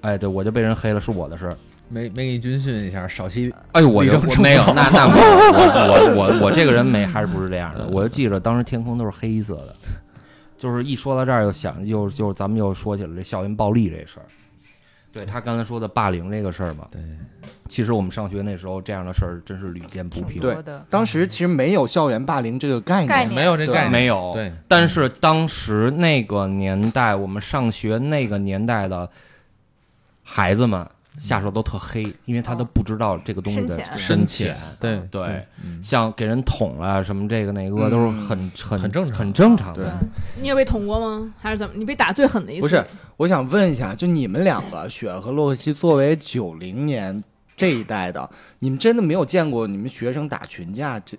Speaker 1: 哎，对我就被人黑了，是我的事儿。
Speaker 3: 没没给你军训一下，少吸
Speaker 1: 哎呦，我
Speaker 3: 你
Speaker 1: 就
Speaker 3: 这么
Speaker 1: 我
Speaker 3: 重
Speaker 1: 没有，
Speaker 3: 口
Speaker 1: 那那没有我我我我这个人没还是不是这样的。我就记着当时天空都是黑色的，就是一说到这儿又想又就是咱们又说起了这校园暴力这事儿。对他刚才说的霸凌这个事儿嘛，
Speaker 3: 对，
Speaker 1: 其实我们上学那时候这样的事儿真是屡见不
Speaker 2: 挺
Speaker 1: 平。
Speaker 4: 对
Speaker 2: 多的，
Speaker 4: 当时其实没有校园霸凌这个概
Speaker 2: 概
Speaker 4: 念
Speaker 2: 念，
Speaker 3: 没有这概念，
Speaker 1: 没有。
Speaker 3: 对，
Speaker 1: 但是当时那个年代，我们上学那个年代的孩子们下手都特黑，因为他都不知道这个东西的
Speaker 2: 深浅
Speaker 1: 深
Speaker 3: 浅
Speaker 1: 浅。，
Speaker 3: 对
Speaker 1: 对，
Speaker 3: 嗯
Speaker 1: 像给人捅了什么这个那个，
Speaker 4: 嗯
Speaker 1: 都是很很
Speaker 3: 很正常
Speaker 1: 很正常
Speaker 4: 对
Speaker 1: 的。
Speaker 5: 你有被捅过吗？还是怎么？你被打最狠的一次？
Speaker 4: 不是，我想问一下，就你们两个雪和洛克西，作为九零年这一代的，你们真的没有见过你们学生打群架这？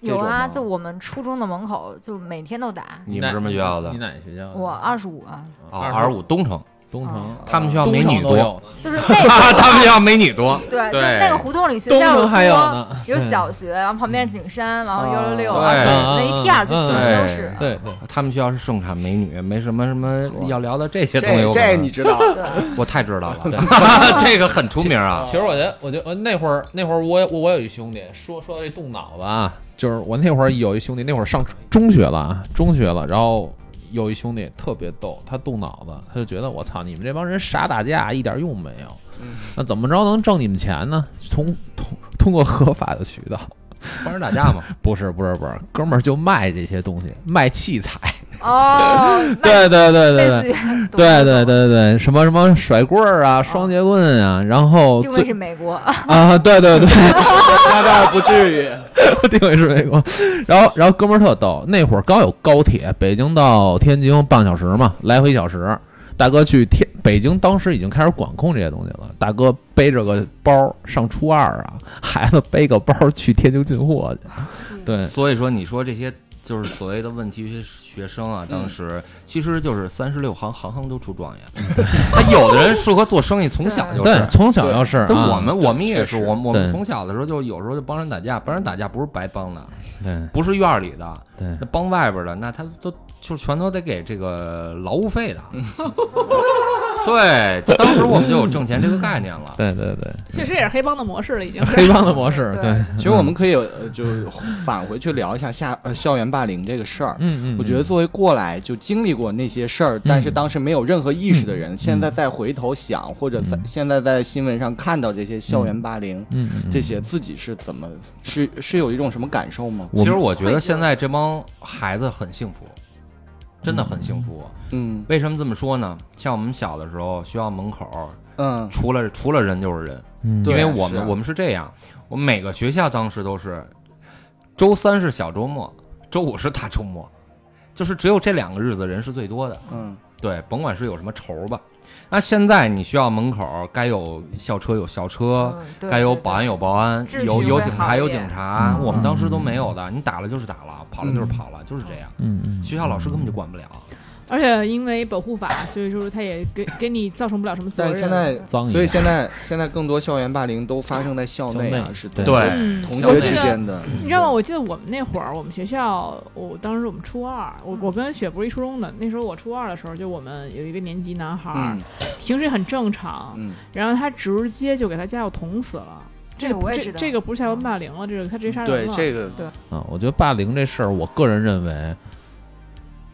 Speaker 4: 这
Speaker 2: 有
Speaker 4: 种
Speaker 2: 啊，
Speaker 4: 吗
Speaker 2: 就我们初中的门口，就每天都打。
Speaker 1: 你们什么学校的
Speaker 3: 你？哪学校的？
Speaker 2: 我二十五啊，
Speaker 1: 啊，二十
Speaker 3: 五
Speaker 1: 五东城，
Speaker 3: 东城
Speaker 2: 啊，
Speaker 1: 他们学校美女
Speaker 3: 东城都
Speaker 1: 多，
Speaker 3: 有
Speaker 2: 就是 那个
Speaker 1: 他们学校美女多。
Speaker 2: 对，就
Speaker 1: 对
Speaker 2: 是那个胡同里学
Speaker 3: 东
Speaker 2: 校
Speaker 3: 城还有
Speaker 2: 多
Speaker 3: 呢，啊
Speaker 2: 有小学，然后旁边是景山，然后幺六六，
Speaker 4: 哦
Speaker 2: 然后
Speaker 3: 对
Speaker 2: 那一片儿就
Speaker 3: 嗯
Speaker 2: 全都是。
Speaker 3: 对对，
Speaker 1: 他们学校是盛产美女，没什么什么要聊的这些东西。
Speaker 4: 这
Speaker 1: 我
Speaker 4: 这
Speaker 1: 感觉
Speaker 4: 你知道？
Speaker 2: 对，
Speaker 1: 我太知 道了
Speaker 3: 对，
Speaker 1: 这个很出名啊。
Speaker 3: 其实我觉得，我觉得呃那会儿那会儿我我我有一兄弟，说说到这动脑子啊，就是我那会儿有一兄弟，那会儿上中学了啊，中学了，然后有一兄弟特别逗，他动脑子，他就觉得我操，你们这帮人傻打架一点用没有，
Speaker 2: 嗯
Speaker 3: 那怎么着能挣你们钱呢？从通通过合法的渠道，
Speaker 1: 帮人打架嘛，
Speaker 3: 不是不是不是，哥们儿就卖这些东西，卖器材，
Speaker 2: 哦，那
Speaker 3: 对对对对
Speaker 2: 类
Speaker 3: 对
Speaker 2: 似。于
Speaker 3: 对对，对对，什么什么甩棍儿啊，双节棍啊，然后
Speaker 2: 定位
Speaker 3: 最
Speaker 2: 是美国，
Speaker 3: 啊，对对对，
Speaker 4: 那倒不至于。
Speaker 3: 定位是美国。然后然后哥们儿特逗，那会儿刚有高铁，北京到天津半个小时嘛，来回一小时。大哥去天北京，当时已经开始管控这些东西了。大哥背着个包上初二啊，孩子背个包去天津进货去。对，
Speaker 1: 所以说你说这些就是所谓的问题学生啊，当时其实就是三十六行，行行都出状元。 他有的人适合做生意，从小就
Speaker 3: 对
Speaker 1: 是，。
Speaker 3: 从小要是
Speaker 1: 跟
Speaker 3: 啊
Speaker 1: 我们我们也
Speaker 4: 确
Speaker 1: 是，
Speaker 4: 实
Speaker 1: 我们我们
Speaker 3: 对
Speaker 1: 从小的时候就有时候就帮人打架，帮人打架不是白帮的，
Speaker 3: 对
Speaker 1: 不是院儿里的，
Speaker 3: 对
Speaker 1: 那帮外边的，那他都就全都得给这个劳务 费的。对，就当时我们就有挣钱这个概念了。
Speaker 3: 对对对，。
Speaker 5: 确实也是黑帮的模式了，已经
Speaker 3: 黑帮的模式，
Speaker 2: 对
Speaker 3: 对。
Speaker 4: 其实我们可以呃就返回去聊一下下呃校园霸凌这个事儿。
Speaker 3: 嗯嗯，
Speaker 4: 我觉得作为过来就经历过那些事儿，但是当时没有任何意识的人，现在再回头想，或者在
Speaker 3: 嗯
Speaker 4: 现在在新闻上看到这些校园霸凌，
Speaker 3: 嗯嗯嗯
Speaker 4: 这些自己是怎么是是有一种什么感受吗？
Speaker 1: 其
Speaker 3: 我
Speaker 1: 实
Speaker 3: 们嗯
Speaker 1: 我觉得现在这帮孩子很幸福，真的很幸福。
Speaker 4: 嗯
Speaker 1: 为什么这么说呢？像我们小的时候，学校门口
Speaker 4: 嗯，
Speaker 1: 除了除了人就是人，
Speaker 3: 嗯
Speaker 1: 因
Speaker 4: 对
Speaker 1: 为我
Speaker 4: 是
Speaker 1: 们
Speaker 4: 啊
Speaker 1: 我们是这样，我们每个学校当时都是，周三是小周末，周五是大周末，就是只有这两个日子人是最多的。
Speaker 4: 嗯
Speaker 1: 对，甭管是有什么仇吧。那现在你学校门口该有校车有校车，
Speaker 2: 嗯对
Speaker 1: 该有
Speaker 2: 对
Speaker 1: 保安有保安
Speaker 2: 秩，序
Speaker 1: 有有
Speaker 2: 会
Speaker 1: 警
Speaker 2: 好
Speaker 1: 察
Speaker 2: 一
Speaker 1: 有警
Speaker 2: 点
Speaker 1: 察。
Speaker 3: 嗯
Speaker 1: 我们当时都没有的，你打了就是打了，跑了就是跑了，就是这样。
Speaker 3: 嗯嗯，
Speaker 1: 学校老师根本就管不了。
Speaker 5: 而且因为保护法，所以说他也给给你造成不了什么责
Speaker 4: 但
Speaker 5: 任。
Speaker 4: 是现在，
Speaker 3: 脏一
Speaker 4: 所以
Speaker 3: 点，
Speaker 4: 现在现在更多校园霸凌都发生在校内
Speaker 3: 校
Speaker 4: 啊，
Speaker 3: 内
Speaker 4: 是
Speaker 3: 对
Speaker 1: 哎
Speaker 5: 嗯，
Speaker 4: 同
Speaker 5: 我
Speaker 4: 学
Speaker 5: 记
Speaker 4: 之
Speaker 5: 得
Speaker 4: 间的，
Speaker 3: 嗯
Speaker 5: 你知道吗？我记得我们那会儿，我们学校，我当时我们初二，
Speaker 3: 嗯
Speaker 5: 我我跟雪不是一初中的，那时候我初二的时候，就我们有一个年级男孩儿，
Speaker 4: 嗯
Speaker 5: 平时也很正常，
Speaker 4: 嗯，
Speaker 5: 然后他直接就给他家友捅死了。
Speaker 2: 这
Speaker 5: 个
Speaker 2: 个我也
Speaker 5: 这
Speaker 2: 知道嗯
Speaker 5: 这个不是校园霸凌了，这个他直接杀人
Speaker 4: 对
Speaker 5: 了。
Speaker 4: 这个
Speaker 3: 啊，我觉得霸凌这事儿，我个人认为，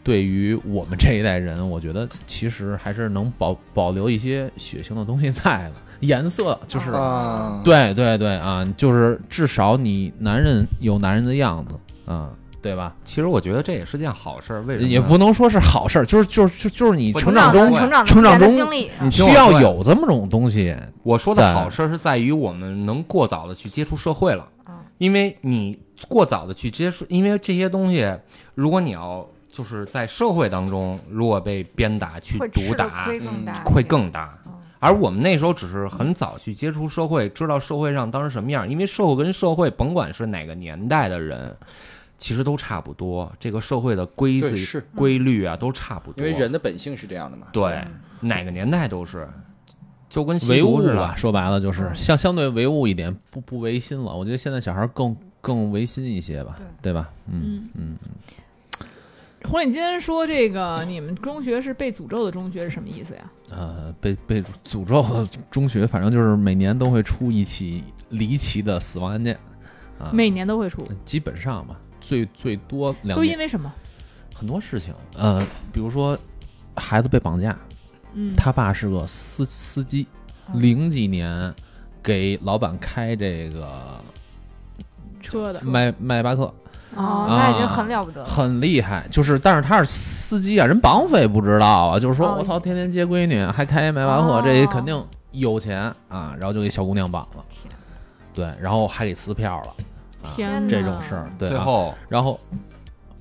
Speaker 3: 对于我们这一代人，我觉得其实还是能保保留一些血腥的东西在的，颜色就是，
Speaker 2: 啊
Speaker 4: 啊，
Speaker 3: 对对对啊，就是至少你男人有男人的样子啊。对吧？
Speaker 1: 其实我觉得这也是件好事儿，为什么呢？
Speaker 3: 也不能说是好事儿，就是就是就就是你
Speaker 1: 不
Speaker 3: 成
Speaker 1: 能
Speaker 3: 长中
Speaker 1: 不
Speaker 2: 成长的
Speaker 3: 成长
Speaker 2: 的
Speaker 3: 中
Speaker 2: 经历，
Speaker 1: 你听我
Speaker 3: 需要
Speaker 1: 说呀
Speaker 3: 有这么种东西，
Speaker 1: 我说的
Speaker 3: 在
Speaker 1: 好事儿是在于我们能过早的去接触社会了
Speaker 2: 嗯，
Speaker 1: 因为你过早的去接触，因为这些东西，如果你要就是在社会当中，如果被鞭打、去
Speaker 2: 会吃
Speaker 1: 毒
Speaker 2: 的
Speaker 1: 打，
Speaker 2: 亏更大，
Speaker 1: 会更大
Speaker 2: 嗯。
Speaker 1: 而我们那时候只是很早去接触社会，知道社会上当时什么样，因为社会跟社会，甭管是哪个年代的人，其实都差不多，这个社会的规
Speaker 4: 对
Speaker 1: 矩
Speaker 4: 是、
Speaker 1: 规律啊都差不多。
Speaker 4: 因为人的本性是这样的嘛，
Speaker 1: 对
Speaker 2: 嗯
Speaker 1: 哪个年代都是，就跟吸
Speaker 3: 唯
Speaker 1: 毒
Speaker 4: 啊
Speaker 3: 物
Speaker 1: 似
Speaker 3: 吧
Speaker 1: 的，。
Speaker 3: 说白了就是
Speaker 2: 嗯
Speaker 3: 相相对唯物一点，不不唯心了。我觉得现在小孩儿更更唯心一些吧，对吧？嗯
Speaker 5: 嗯
Speaker 3: 嗯，
Speaker 5: 红领巾说这个你们中学是被诅咒的中学是什么意思呀？
Speaker 3: 呃，被被诅咒的中学，反正就是每年都会出一起离奇的死亡案件啊，
Speaker 5: 每年都会出，
Speaker 3: 基本上吧，最最多两
Speaker 5: 都因
Speaker 3: 年
Speaker 5: 为什么？
Speaker 3: 很多事情，呃，比如说孩子被绑架，
Speaker 5: 嗯，
Speaker 3: 他爸是个司司机，
Speaker 2: 嗯
Speaker 3: 零几年给老板开这个
Speaker 5: 车的
Speaker 3: 迈迈巴赫，
Speaker 2: 哦，
Speaker 5: 啊
Speaker 2: 那已经很了不得了。
Speaker 3: 很厉害，就是但是他是司机啊，人绑匪不知道啊，就是说
Speaker 2: 哦
Speaker 3: 我操，天天接闺女，还开迈巴赫，
Speaker 2: 哦
Speaker 3: 这肯定有钱啊，然后就给小姑娘绑了，
Speaker 2: 天嗯
Speaker 3: 对，然后还给撕票了，
Speaker 2: 天
Speaker 5: 天哪
Speaker 3: 这种事儿，对、啊，
Speaker 1: 最后
Speaker 3: 然后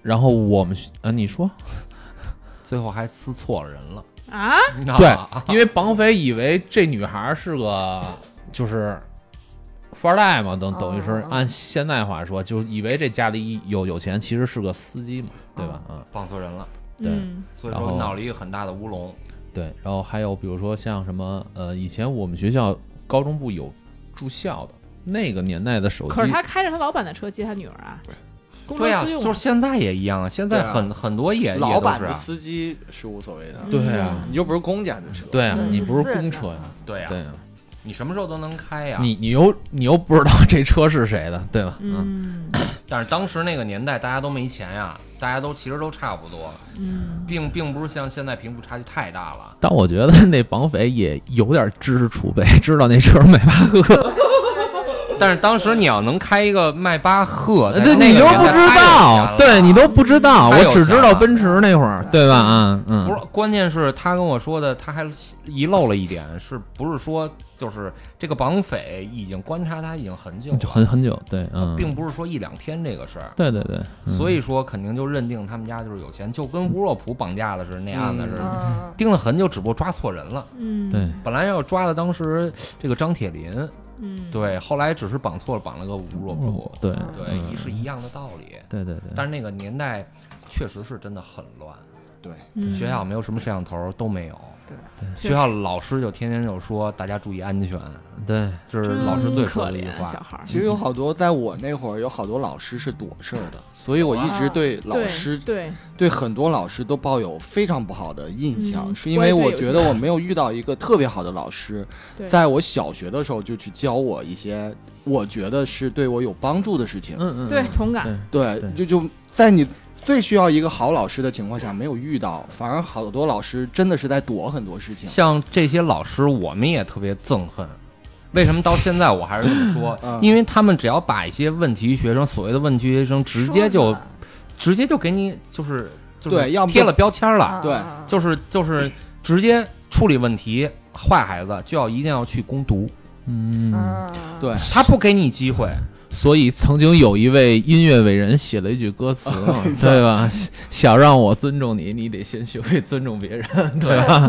Speaker 3: 然后我们啊，你说
Speaker 1: 最后还撕错了人了，
Speaker 5: 啊，
Speaker 3: 对
Speaker 1: 啊，
Speaker 3: 因为绑匪以为这女孩是个就是富二代嘛，等等于是
Speaker 2: 哦
Speaker 3: 按现代话说，就以为这家里有有钱，其实是个司机嘛，对吧？
Speaker 2: 哦
Speaker 3: 啊，
Speaker 1: 绑错人了，
Speaker 3: 对
Speaker 5: 嗯
Speaker 1: 所以
Speaker 3: 然
Speaker 1: 说
Speaker 3: 后
Speaker 1: 闹了一个很大的乌龙。
Speaker 3: 对，然后还有比如说像什么呃，以前我们学校高中部有住校的，那个年代的手机，
Speaker 5: 可是他开着他老板的车接他女儿啊，公车
Speaker 1: 对呀、
Speaker 5: 私用啊
Speaker 1: 就是现在也一样啊，现在
Speaker 4: 对啊嗯
Speaker 1: 很、很多也
Speaker 4: 老板
Speaker 1: 也
Speaker 4: 的
Speaker 1: 都是，
Speaker 4: 司机是无所谓
Speaker 5: 嗯
Speaker 4: 的，
Speaker 3: 对啊
Speaker 4: 你又不是公家的车。
Speaker 3: 对啊，
Speaker 1: 嗯
Speaker 2: 对
Speaker 3: 你不是
Speaker 2: 私人
Speaker 3: 公
Speaker 2: 的
Speaker 3: 车呀，
Speaker 1: 对呀、
Speaker 3: 对啊，
Speaker 1: 你什么时候都能开呀、
Speaker 3: 你你又你又不知道这车是谁的，对吧？嗯，
Speaker 5: 嗯
Speaker 1: 但是当时那个年代大家都没钱呀、大家都其实都差不多，
Speaker 5: 嗯，
Speaker 1: 并并不是像现在贫富差距太大了。
Speaker 3: 但我觉得那绑匪也有点知识储备，知道那车是迈巴赫，
Speaker 1: 但是当时你要能开一个迈巴赫，在
Speaker 3: 对，
Speaker 1: 哦那
Speaker 3: 你
Speaker 1: 个
Speaker 3: 都
Speaker 1: 年
Speaker 3: 不
Speaker 1: 代
Speaker 3: 知
Speaker 1: 太有钱
Speaker 3: 道
Speaker 1: 了，
Speaker 3: 对你都不知道，
Speaker 1: 太有
Speaker 3: 我只
Speaker 1: 钱
Speaker 3: 知道
Speaker 1: 了
Speaker 3: 奔驰那会儿，对吧？啊，
Speaker 1: 不是
Speaker 3: 嗯，，
Speaker 1: 关键是他跟我说的，他还遗漏了一点，是不是说就是这个绑匪已经观察他已经很久
Speaker 3: 就
Speaker 1: 了，
Speaker 3: 很很久，对，嗯，
Speaker 1: 并不是说一两天这个事儿，
Speaker 3: 对对对，嗯
Speaker 1: 所以说肯定就认定他们家就是有钱，就跟乌洛普绑架的是那案子似
Speaker 2: 嗯
Speaker 1: 的，
Speaker 3: 啊
Speaker 2: 嗯，
Speaker 1: 盯了很久，只不过抓错人了。
Speaker 5: 嗯
Speaker 3: 对，
Speaker 1: 本来要抓的当时这个张铁林，
Speaker 5: 嗯
Speaker 1: 对，后来只是绑错了，绑了个乌洛普，
Speaker 3: 对
Speaker 2: 嗯
Speaker 1: 对，
Speaker 3: 嗯
Speaker 1: 一是一样的道理。
Speaker 3: 对对对，
Speaker 1: 但是那个年代确实是真的很乱，
Speaker 4: 对，
Speaker 5: 嗯
Speaker 1: 学校没有什么摄像头，都没有。
Speaker 2: 对
Speaker 1: 学校老师就天天就说大家注意安全，
Speaker 3: 对。
Speaker 1: 这是
Speaker 5: 真
Speaker 1: 老师最说
Speaker 5: 嗯可
Speaker 1: 的一句
Speaker 5: 怜小
Speaker 1: 话。
Speaker 5: 孩儿，
Speaker 4: 其实有好多，在我那会儿有好多老师是躲事儿的，所以我一
Speaker 3: 啊
Speaker 4: 直对老
Speaker 5: 对
Speaker 4: 师
Speaker 5: 对
Speaker 4: 对很多老师都抱有非常不好的印象，
Speaker 5: 嗯
Speaker 4: 是因为
Speaker 5: 我也
Speaker 4: 我
Speaker 5: 对有
Speaker 4: 觉
Speaker 5: 印
Speaker 4: 得
Speaker 5: 象
Speaker 4: 我没有遇到一个特别好的老师，
Speaker 5: 对，
Speaker 4: 在我小学的时候就去教我一些我觉得是对我有帮助的事情。
Speaker 3: 嗯嗯，
Speaker 5: 对
Speaker 3: 嗯
Speaker 5: 同感，
Speaker 4: 对，
Speaker 3: 对
Speaker 4: 就就在你最需要一个好老师的情况下没有遇到，反而好多老师真的是在躲很多事情。
Speaker 1: 像这些老师，我们也特别憎恨。为什么到现在我还是这么说
Speaker 4: 嗯？
Speaker 1: 因为他们只要把一些问题学生，所谓的问题学生，直接
Speaker 2: 说
Speaker 1: 就
Speaker 2: 呢
Speaker 1: 直接就给你就是就是
Speaker 4: 对要不
Speaker 1: 贴了标签
Speaker 5: 啊
Speaker 1: 了，
Speaker 4: 对，
Speaker 2: 嗯嗯
Speaker 1: 就是就是直接处理问题，坏孩子就要一定要去攻读，
Speaker 3: 嗯嗯。
Speaker 2: 嗯嗯
Speaker 4: 对，
Speaker 1: 他不给你机会。
Speaker 3: 所以曾经有一位音乐伟人写了一句歌 词嘛，对哦吧？想让我尊重你，你得先学会尊重别 人，对啊吧？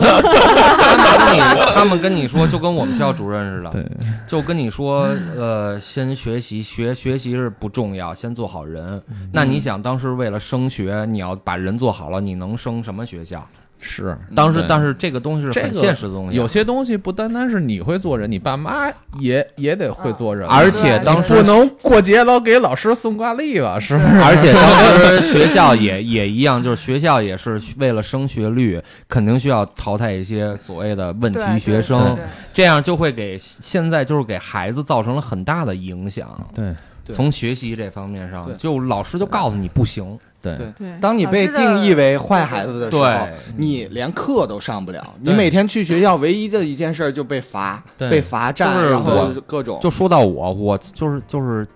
Speaker 1: 跟你他们跟你说，就跟我们学校主任似
Speaker 3: 对
Speaker 1: 的，就跟你说，呃，先学习，学学习是不重要，先做好人。
Speaker 3: 嗯
Speaker 1: 那你想，当时为了升学，你要把人做好了，你能升什么学校？
Speaker 3: 是，
Speaker 1: 当时
Speaker 3: 嗯对，
Speaker 1: 但是嗯这个东西是
Speaker 3: 这
Speaker 1: 很
Speaker 3: 个
Speaker 1: 现实的东西，啊
Speaker 3: 有些东西不单单是你会做人，你爸妈也也得会做人，
Speaker 1: 而且当时
Speaker 3: 不能过节老给老师送挂历吧？是不是？
Speaker 1: 而且当时学校也 也一样，就是学校也是为了升学率，肯定需要淘汰一些所谓的问
Speaker 2: 对
Speaker 1: 题
Speaker 2: 对
Speaker 1: 学
Speaker 2: 对
Speaker 1: 生
Speaker 2: 对，
Speaker 1: 这样就会给现在就是给孩子造成了很大的影响。
Speaker 3: 对
Speaker 4: 对
Speaker 1: 从学习这方面上
Speaker 4: 对，
Speaker 1: 就老师就告诉你不行，
Speaker 3: 对
Speaker 4: 对
Speaker 5: 对，
Speaker 4: 当你被
Speaker 2: 老师的
Speaker 4: 定义为坏孩子的时候
Speaker 1: 对，
Speaker 4: 你连课都上不了。你
Speaker 3: 对
Speaker 4: 每天去学校唯一的一件事儿就被罚，
Speaker 3: 对
Speaker 4: 被罚站，
Speaker 1: 就是
Speaker 4: 然后
Speaker 1: 我
Speaker 4: 各种
Speaker 1: 就说到我，我就是就是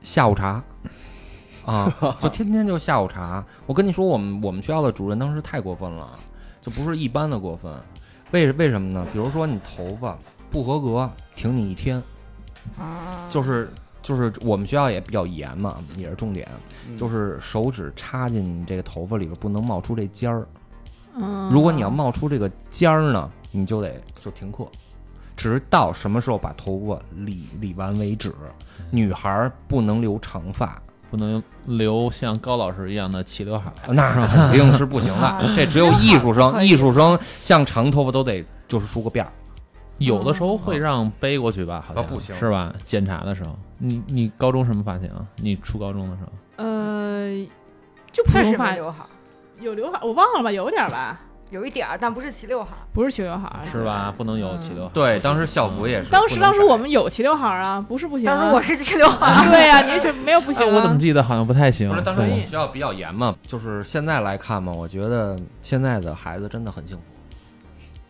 Speaker 1: 下午 茶。啊，就天天就下午茶。我跟你说，我们我们学校的主任当时太过分了，就不是一般的过分。为为什么呢？比如说你头发不合格，停你一天。
Speaker 4: 嗯
Speaker 2: 啊
Speaker 1: 就是就是我们学校也比较严嘛，也是重点，
Speaker 4: 嗯
Speaker 1: 就是手指插进你这个头发里边不能冒出这尖儿。
Speaker 5: 嗯
Speaker 1: 如果你要冒出这个尖儿呢，你就得就停课，直到什么时候把头发理理完为止。
Speaker 2: 嗯
Speaker 1: 女孩儿不能留长 发，
Speaker 3: 不能留像高老师一样的齐刘海。
Speaker 1: 那肯定是不行的
Speaker 2: 啊。
Speaker 1: 这只有艺术生，
Speaker 2: 可以
Speaker 1: 艺术生像长头发都得就是梳个辫儿。
Speaker 3: 有的时候会让背过去吧，好像
Speaker 1: 啊不行
Speaker 3: 是吧？检查的时候，你你高中什么发型啊？你初高中的时候，
Speaker 5: 呃，就普
Speaker 2: 确
Speaker 5: 通
Speaker 2: 实
Speaker 5: 发
Speaker 2: 没留好，
Speaker 5: 有刘海，我忘了吧，有点儿吧，
Speaker 2: 有一点儿，但不是齐刘海儿。
Speaker 5: 不是齐刘海儿啊
Speaker 3: 是吧？？不能有齐刘海。
Speaker 1: 对，当时校服也是。
Speaker 5: 当时
Speaker 1: 不能
Speaker 5: 当时我
Speaker 1: 改
Speaker 5: 们有齐刘海儿啊，不是不行啊。啊
Speaker 2: 当时我是齐刘海儿，
Speaker 5: 对呀，你是没有不 行
Speaker 3: 哎，
Speaker 5: 啊。
Speaker 3: 我怎么记得好像不太行
Speaker 1: 不是，？当时我们
Speaker 3: 对
Speaker 1: 学校比较严嘛，就是现在来看嘛，我觉得现在的孩子真的很幸福。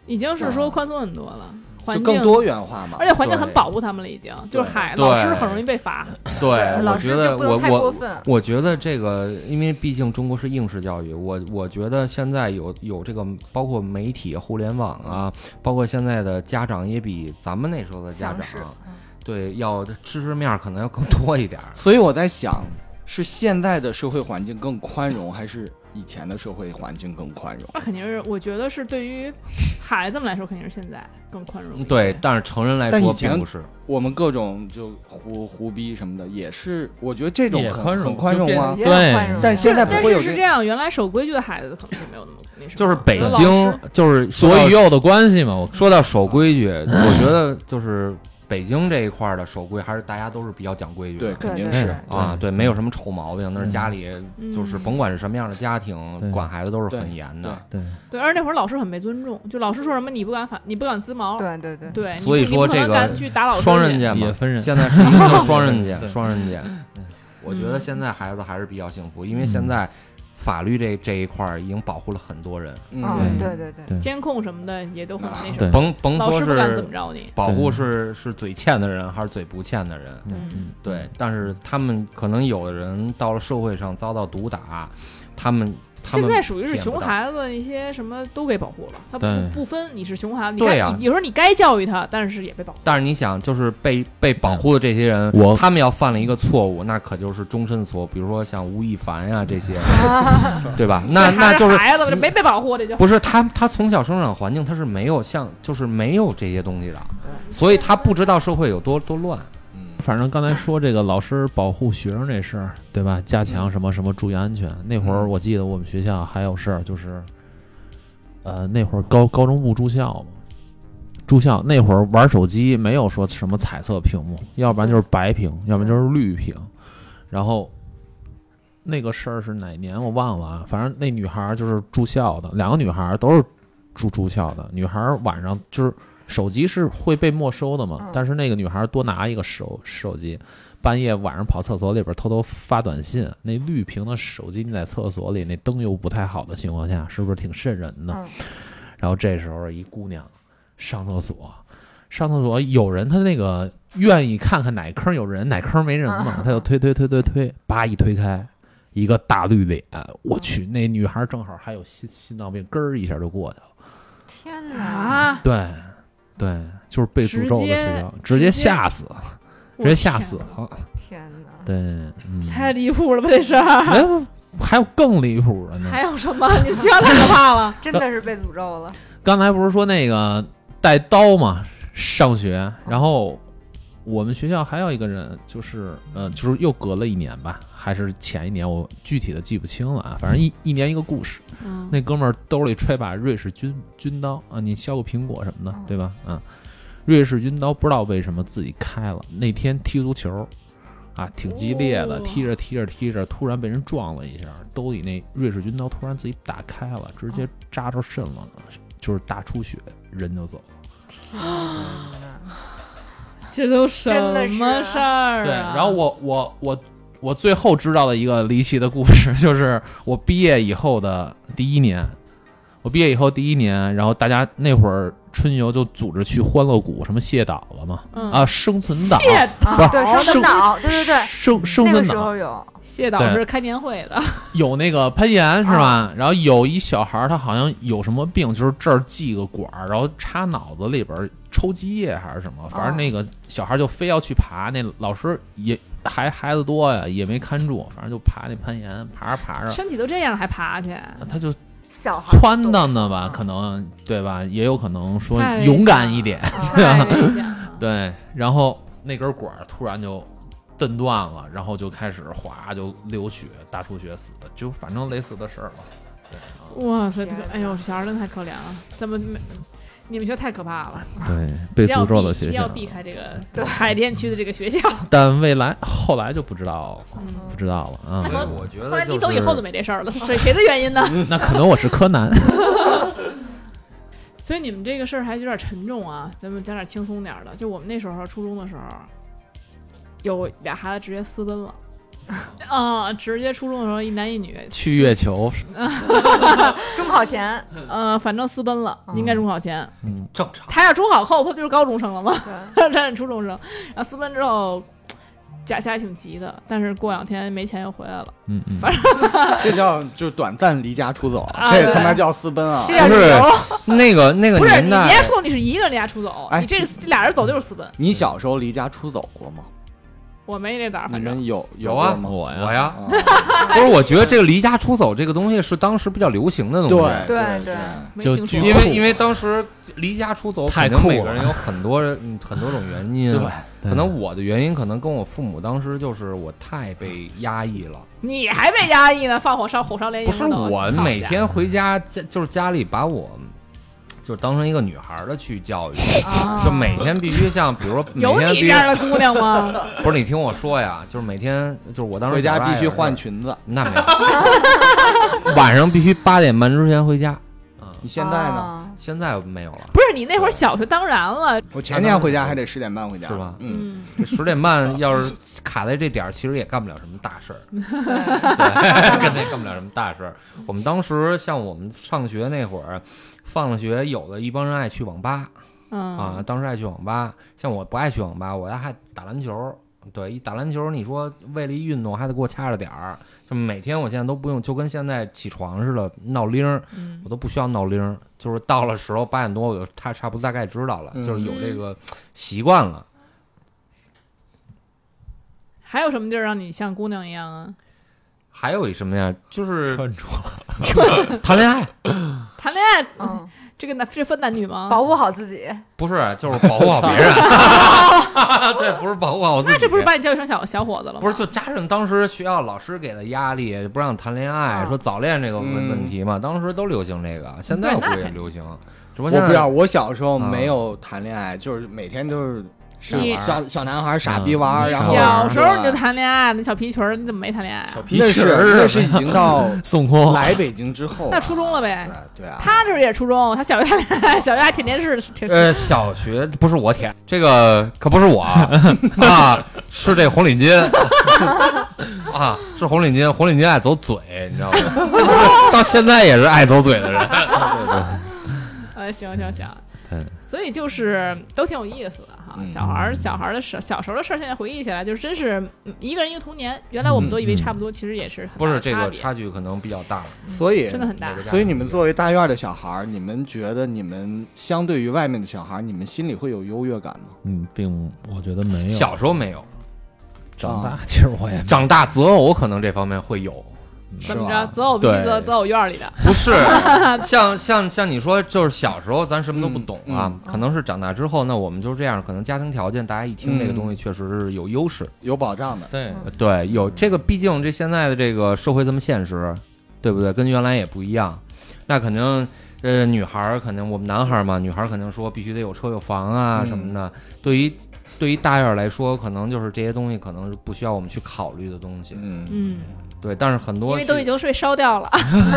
Speaker 5: 已经是说宽松很多了，
Speaker 4: 就
Speaker 5: 环境
Speaker 4: 更多元化嘛
Speaker 5: 而。且环境
Speaker 1: 对
Speaker 5: 很保护他们了，已经就是孩
Speaker 1: 对
Speaker 5: 老师很容易被罚，
Speaker 1: 对，我
Speaker 2: 老师
Speaker 1: 觉
Speaker 2: 就
Speaker 1: 得
Speaker 2: 不能
Speaker 1: 我
Speaker 2: 太过
Speaker 1: 我
Speaker 2: 分。
Speaker 1: 我觉得这个，因为毕竟中国是应试教育，我我觉得现在有有这个，包括媒体、互联网啊，包括现在的家长也比咱们那时候的家
Speaker 2: 强
Speaker 1: 长啊
Speaker 2: 势，嗯
Speaker 1: 对要知识面儿可能要更多一点 儿。
Speaker 4: 所以我在想，是现在的社会环境更宽容，还是以前的社会环境更宽容？
Speaker 5: 那肯定是我觉得是对于孩子们来说，肯定是现在更宽容一些。
Speaker 1: 嗯对，但是成人来
Speaker 4: 但
Speaker 1: 说
Speaker 4: 以前
Speaker 1: 并不是。
Speaker 4: 我们各种就胡胡逼什么的，也是我觉得这种
Speaker 3: 也
Speaker 4: 很
Speaker 3: 宽容
Speaker 4: 很宽容啊。
Speaker 2: 也很
Speaker 3: 对
Speaker 2: 宽容
Speaker 4: 但现在不
Speaker 5: 但
Speaker 4: 会
Speaker 5: 是
Speaker 4: 有
Speaker 5: 是
Speaker 4: 这
Speaker 5: 这样，原来守规矩的孩子可能就没有那么那什么，
Speaker 1: 就是北
Speaker 5: 有老
Speaker 1: 京
Speaker 5: 师，
Speaker 1: 就是说
Speaker 3: 左
Speaker 1: 到
Speaker 3: 与右的关系嘛，我
Speaker 1: 说到守规矩，我觉得就是北京这一块儿的守规，还是大家都是比较讲规矩
Speaker 4: 对，
Speaker 1: 的。
Speaker 4: 肯
Speaker 2: 对
Speaker 4: 定
Speaker 2: 对
Speaker 4: 是
Speaker 2: 对
Speaker 1: 啊，对，没有什么臭毛病，那是家里
Speaker 5: 嗯
Speaker 1: 就是甭管是什么样的家庭，
Speaker 3: 对
Speaker 1: 管孩子都是很严的。
Speaker 3: 对
Speaker 5: 对，而且那会儿老师很被尊重，就老师说什么你不敢反，你不敢滋毛，
Speaker 2: 对对对，
Speaker 5: 对，你
Speaker 1: 所以
Speaker 5: 不你
Speaker 1: 说
Speaker 5: 不可能
Speaker 1: 这个
Speaker 5: 敢去打老师
Speaker 1: 双刃
Speaker 5: 脸
Speaker 1: 剑嘛
Speaker 3: 也，分人
Speaker 1: 现在是一个 双刃
Speaker 3: 对
Speaker 1: 剑，双刃剑。
Speaker 5: 嗯
Speaker 1: 嗯我觉得现在孩子还是比较幸福，因为现在法律这这一块儿已经保护了很多人，
Speaker 2: 嗯
Speaker 4: 嗯，
Speaker 2: 对对对，
Speaker 5: 监控什么的也都很那什
Speaker 3: 对
Speaker 5: 么，
Speaker 1: 甭甭
Speaker 5: 老
Speaker 1: 说
Speaker 5: 师不敢怎
Speaker 1: 是
Speaker 5: 么着你。
Speaker 1: 保护是是嘴欠的人还是嘴不欠的人，
Speaker 5: 嗯，
Speaker 1: 对，但是他们可能有的人到了社会上遭到毒打，他们他
Speaker 5: 现
Speaker 1: 们
Speaker 5: 在属于是
Speaker 1: 见不
Speaker 5: 熊
Speaker 1: 到
Speaker 5: 孩子，一些什么都给保护了，他
Speaker 3: 对
Speaker 5: 不不分你是熊孩子，你
Speaker 1: 对
Speaker 5: 该
Speaker 1: 呀
Speaker 5: 你有时候你该教育他，但是也被保护。
Speaker 1: 但是你想，就是被被保护的这些人，
Speaker 3: 我
Speaker 1: 他们要犯了一个错误，那可就是终身的错误。比如说像吴亦凡呀、这 些，对吧？那
Speaker 5: 这
Speaker 1: 那
Speaker 5: 还
Speaker 1: 就是嗯
Speaker 5: 孩子这没被保护，这就
Speaker 1: 不是他他从小生长环境他是没有像就是没有这些东西的，所以他不知道社会有多多乱。
Speaker 4: 嗯
Speaker 3: 反正刚才说这个老师保护学生这事儿，对吧？加
Speaker 1: 嗯
Speaker 3: 强什么什么注意安全。那会儿我记得我们学校还有事儿，就是，呃，那会儿高高中部住校嘛，住校那会儿玩手机没有说什么彩色屏幕，要不然就是白屏，要不然就是绿屏。然后那个事儿是哪年我忘了啊，反正那女孩儿就是住校的，两个女孩儿都是住住校的，女孩儿晚上就是手机是会被没收的嘛，
Speaker 2: 嗯
Speaker 3: 但是那个女孩儿多拿一个手手机，半夜晚上跑厕所里边儿偷偷发短信，那绿屏的手机你在厕所里那灯又不太好的情况下，是不是挺瘆人的？
Speaker 2: 嗯
Speaker 3: 然后这时候一姑娘上厕所，上厕所有人她那个愿意看看哪坑有人，哪坑没人嘛， 她就推推推推推，叭一推开，一个大绿脸，我去，那女孩正好还有心心脏病，根儿一下就过去了。
Speaker 2: 天哪！
Speaker 5: 啊，
Speaker 3: 对，对，就是被诅咒的学校，直接吓死，直接吓
Speaker 5: 啊
Speaker 3: 死了。
Speaker 2: 天哪！
Speaker 3: 对，嗯，
Speaker 5: 太离谱了吧这 事儿！
Speaker 3: 哎，还有更离谱的呢。
Speaker 5: 还有什么？你们学校太可 怕了！
Speaker 2: 真的是被诅咒了。
Speaker 3: 刚才不是说那个带刀嘛，上学，然后我们学校还有一个人，就是呃，就是又隔了一年吧，还是前一年，我具体的记不清了啊，反正一一年一个故事。
Speaker 5: 嗯
Speaker 3: 那哥们儿兜里揣把瑞士军军刀啊，你削个苹果什么的
Speaker 2: 嗯，
Speaker 3: 对吧？啊，瑞士军刀不知道为什么自己开了。那天踢足球，啊，挺激烈的，
Speaker 5: 哦
Speaker 3: 踢着踢着踢着，突然被人撞了一下，兜里那瑞士军刀突然自己打开了，直
Speaker 5: 嗯
Speaker 3: 接扎着肾了，就是大出血，人就走了。
Speaker 2: 天哪！
Speaker 5: 这都什
Speaker 2: 真的是
Speaker 5: 么事儿啊？
Speaker 3: 对，然后我我我我最后知道的一个离奇的故事， 就是我毕业以后的第一年，我毕业以后第一年，然后大家那会儿春游就组织去欢乐谷，什么蟹岛了嘛，
Speaker 5: 嗯
Speaker 3: 啊，生存岛，
Speaker 5: 谢
Speaker 2: 啊，对，
Speaker 3: 不是
Speaker 2: 生存岛，对对对，
Speaker 3: 生生
Speaker 2: 那个
Speaker 3: 存
Speaker 2: 时
Speaker 3: 岛
Speaker 2: 候有，
Speaker 5: 谢导
Speaker 3: 对
Speaker 5: 是开年会的，
Speaker 3: 有那个攀岩是吧？然后有一小孩儿，他好像有什么病，就是这儿系个管儿，然后插脑子里边儿抽积液还是什么，反正那个小孩儿就非要去爬，那老师也还孩子多呀，也没看住，反正就爬那攀岩，爬着爬着，
Speaker 5: 身体都这样了还爬去，
Speaker 3: 他就
Speaker 2: 小孩
Speaker 3: 窜荡的吧，
Speaker 2: 嗯
Speaker 3: 可能对吧？也有可能说
Speaker 5: 太危险
Speaker 3: 勇敢一点，
Speaker 2: 啊
Speaker 5: 太危险了。
Speaker 3: 对，然后那根管儿突然就蹬断了，然后就开始哗就流血，大出血死的，就反正类似的事儿吧。对啊
Speaker 5: 哇塞，这个哎呦，小孩真太可怜了，怎么没？你们学校太可怕了，
Speaker 3: 对，被
Speaker 5: 一定要
Speaker 3: 诅咒的
Speaker 5: 避一
Speaker 3: 学
Speaker 5: 定要
Speaker 3: 校。
Speaker 5: 避开这个海淀区的这个学校。
Speaker 3: 但未来后来就不知道，
Speaker 5: 嗯
Speaker 3: 不知道了啊。
Speaker 1: 所以我觉得、就是，
Speaker 5: 后来你走以后就没这事儿了，是谁谁的原因呢？
Speaker 3: 那可能我是柯南，
Speaker 5: 所以你们这个事儿还有点沉重啊，咱们讲点轻松点儿的。就我们那时候初中的时候，有俩孩子直接私奔了，啊，直接初中的时候一男一女，
Speaker 3: 去月球，
Speaker 2: 中考前，
Speaker 5: 呃，反正私奔了，应该中考前。
Speaker 3: 嗯，
Speaker 1: 正常。
Speaker 5: 他要中考后，他不就是高中生了吗？
Speaker 2: 对，
Speaker 5: 他是初中生，然后私奔之后。家家挺急的，但是过两天没钱又回来了。
Speaker 3: 嗯嗯，
Speaker 4: 这叫就是短暂离家出走，
Speaker 5: 啊
Speaker 4: 这
Speaker 5: 对
Speaker 4: 他妈叫私奔啊！
Speaker 2: 这叫
Speaker 1: 不
Speaker 2: 旅
Speaker 1: 是
Speaker 2: 游，
Speaker 1: 那个那个
Speaker 5: 不是
Speaker 1: 年
Speaker 5: 你
Speaker 1: 代
Speaker 5: 离，家出走，你是一个人离家出走，
Speaker 4: 哎
Speaker 5: 你这这俩人走就是私奔。
Speaker 4: 你小时候离家出走过吗？
Speaker 5: 我没这胆儿，
Speaker 4: 你
Speaker 5: 反正
Speaker 4: 们有
Speaker 1: 有
Speaker 4: 过
Speaker 1: 啊
Speaker 4: 吗？
Speaker 3: 我呀
Speaker 1: 我呀，
Speaker 4: 啊
Speaker 1: 不是，我觉得这个离家出走这个东西是当时比较流行的东西。
Speaker 4: 对
Speaker 2: 对
Speaker 4: 对
Speaker 2: 对，
Speaker 5: 没
Speaker 3: 就
Speaker 5: 听
Speaker 3: 巨
Speaker 5: 说。
Speaker 1: 因
Speaker 3: 酷
Speaker 1: 为因为当时离家出走，
Speaker 3: 太
Speaker 1: 可能
Speaker 3: 酷
Speaker 1: 每个
Speaker 3: 了
Speaker 1: 人有很多人嗯很多种原 因。
Speaker 4: 对，
Speaker 1: 可能我的原因可能跟我父母当时就是我太被压抑了，
Speaker 5: 你还被压抑呢，放火烧火烧连营
Speaker 1: 不
Speaker 5: 呢。
Speaker 1: 是我
Speaker 5: 操
Speaker 1: 每
Speaker 5: 家
Speaker 1: 天回家家就是家里把我就当成一个女孩儿的去教育，
Speaker 5: 啊
Speaker 1: 就每天必须像比如说每
Speaker 5: 有
Speaker 1: 天必
Speaker 5: 你这
Speaker 1: 须
Speaker 5: 样的姑 娘吗？
Speaker 1: 不是你听我说呀，就是每天就是我当时
Speaker 4: 回家
Speaker 1: 小时候
Speaker 4: 必须
Speaker 1: 也是
Speaker 4: 换裙子。
Speaker 1: 那没有，晚上必须八点半之前回家。嗯，
Speaker 4: 你现在呢？
Speaker 2: 啊？
Speaker 1: 现在没有了，
Speaker 5: 不是你那会儿小学当然了，
Speaker 4: 我前天回家还得十点半回家，
Speaker 1: 是吧
Speaker 4: 嗯，
Speaker 5: 嗯，
Speaker 1: 十点 半要是卡在这点儿，其实也干不了什么大事儿，
Speaker 2: 对
Speaker 1: 对，干也干不了什么大事儿。我们当时像我们上学那会儿，放了学有的一帮人爱去网吧啊
Speaker 5: 啊，，
Speaker 1: 当时爱去网吧，像我不爱去网吧，我还打篮球。对，一打篮球，你说为了一运动还得给我掐着点儿，就每天我现在都不用，就跟现在起床似的闹铃儿，
Speaker 5: 嗯
Speaker 1: 我都不需要闹铃儿，就是到了时候八点多，我就差差不多大概知道了，
Speaker 4: 嗯
Speaker 1: 就是有这个习惯了。
Speaker 5: 还有什么地儿让你像姑娘一样啊？
Speaker 1: 还有一什么呀，就是
Speaker 3: 穿着
Speaker 1: 谈恋爱，
Speaker 5: 谈恋爱，
Speaker 2: 嗯，
Speaker 5: 这个男这分男女吗？
Speaker 2: 保护好自己，
Speaker 1: 不是就是保护好别人， 对，不是保护好自己。
Speaker 5: 那这不是把你教育成小小伙子了吗？
Speaker 1: 不是，就加上当时学校老师给的压力，不让谈恋爱，
Speaker 2: 啊
Speaker 1: 说早恋这个问
Speaker 4: 嗯
Speaker 1: 问题嘛，当时都流行这个，现在
Speaker 5: 对
Speaker 1: 我
Speaker 5: 那
Speaker 1: 估计也
Speaker 5: 肯定
Speaker 1: 流行。只不过
Speaker 4: 我
Speaker 1: 现
Speaker 4: 不知道，
Speaker 1: 在
Speaker 4: 我小时候
Speaker 1: 啊
Speaker 4: 没有谈恋爱，就是每天都是傻
Speaker 5: 你
Speaker 4: 小小男孩傻逼玩儿，
Speaker 1: 嗯
Speaker 4: 然后
Speaker 5: 小时候
Speaker 4: 对
Speaker 5: 你就谈恋爱，那小皮裙儿你怎么没谈恋爱啊？
Speaker 3: 皮
Speaker 4: 那
Speaker 3: 裙
Speaker 4: 是
Speaker 3: 儿什
Speaker 4: 那是
Speaker 3: 么
Speaker 4: 已经到
Speaker 3: 孙悟空，
Speaker 4: 来北京之后，
Speaker 5: 那初中了呗。
Speaker 4: 对对啊，
Speaker 5: 他这也是初中，他小学谈恋爱，小学还天天是挺
Speaker 1: 呃，小学不是我 舔，这个可不是我啊啊，是这红领巾 啊，是红领巾，红领巾爱走嘴，你 知道吗？就是到现在也是爱走嘴的人。
Speaker 5: 呃，行行行
Speaker 1: 对，
Speaker 5: 所以就是都挺有意思的哈。
Speaker 4: 嗯
Speaker 5: 小孩儿小孩儿的事，小时候的事儿，现在回忆起来，就是真是嗯一个人一个童年。原来我们都以为差不多，其实也是很
Speaker 1: 嗯不
Speaker 5: 大
Speaker 1: 是
Speaker 5: 的
Speaker 1: 这
Speaker 5: 差
Speaker 1: 个
Speaker 5: 别
Speaker 1: 差距可能比较大，
Speaker 4: 所以
Speaker 5: 真的很大。
Speaker 4: 所以你们作为大院的小孩儿，你们觉得你们相对于外面的小孩儿，你们心里会有优越感吗？
Speaker 3: 嗯，并我觉得没有。
Speaker 1: 小时候没有，
Speaker 3: 长大其实我也
Speaker 1: 长大择偶可能这方面会有，
Speaker 5: 怎么
Speaker 4: 是
Speaker 5: 着
Speaker 4: 吧，
Speaker 5: 择偶必须
Speaker 3: 对
Speaker 5: 择择偶院儿里的。
Speaker 1: 不是像像像你说，就是小时候咱什么都不懂啊
Speaker 4: 嗯，
Speaker 1: 可能是长大之后，那我们就是这样，可能家庭条件大家一听这个
Speaker 4: 嗯
Speaker 1: 东西确实是有优势，
Speaker 4: 有保障的，
Speaker 3: 对
Speaker 2: 嗯
Speaker 1: 对，有这个，毕竟这现在的这个社会这么现实，对不对？跟原来也不一样，那肯定。呃，女孩儿肯定我们男孩儿嘛，女孩儿肯定说必须得有车有房啊
Speaker 4: 嗯
Speaker 1: 什么的。对于对于大院儿来说，可能就是这些东西可能是不需要我们去考虑的东西。
Speaker 4: 嗯，
Speaker 5: 嗯，
Speaker 1: 对，但是很
Speaker 5: 因
Speaker 1: 多
Speaker 5: 为都已
Speaker 1: 是
Speaker 5: 经被烧掉了。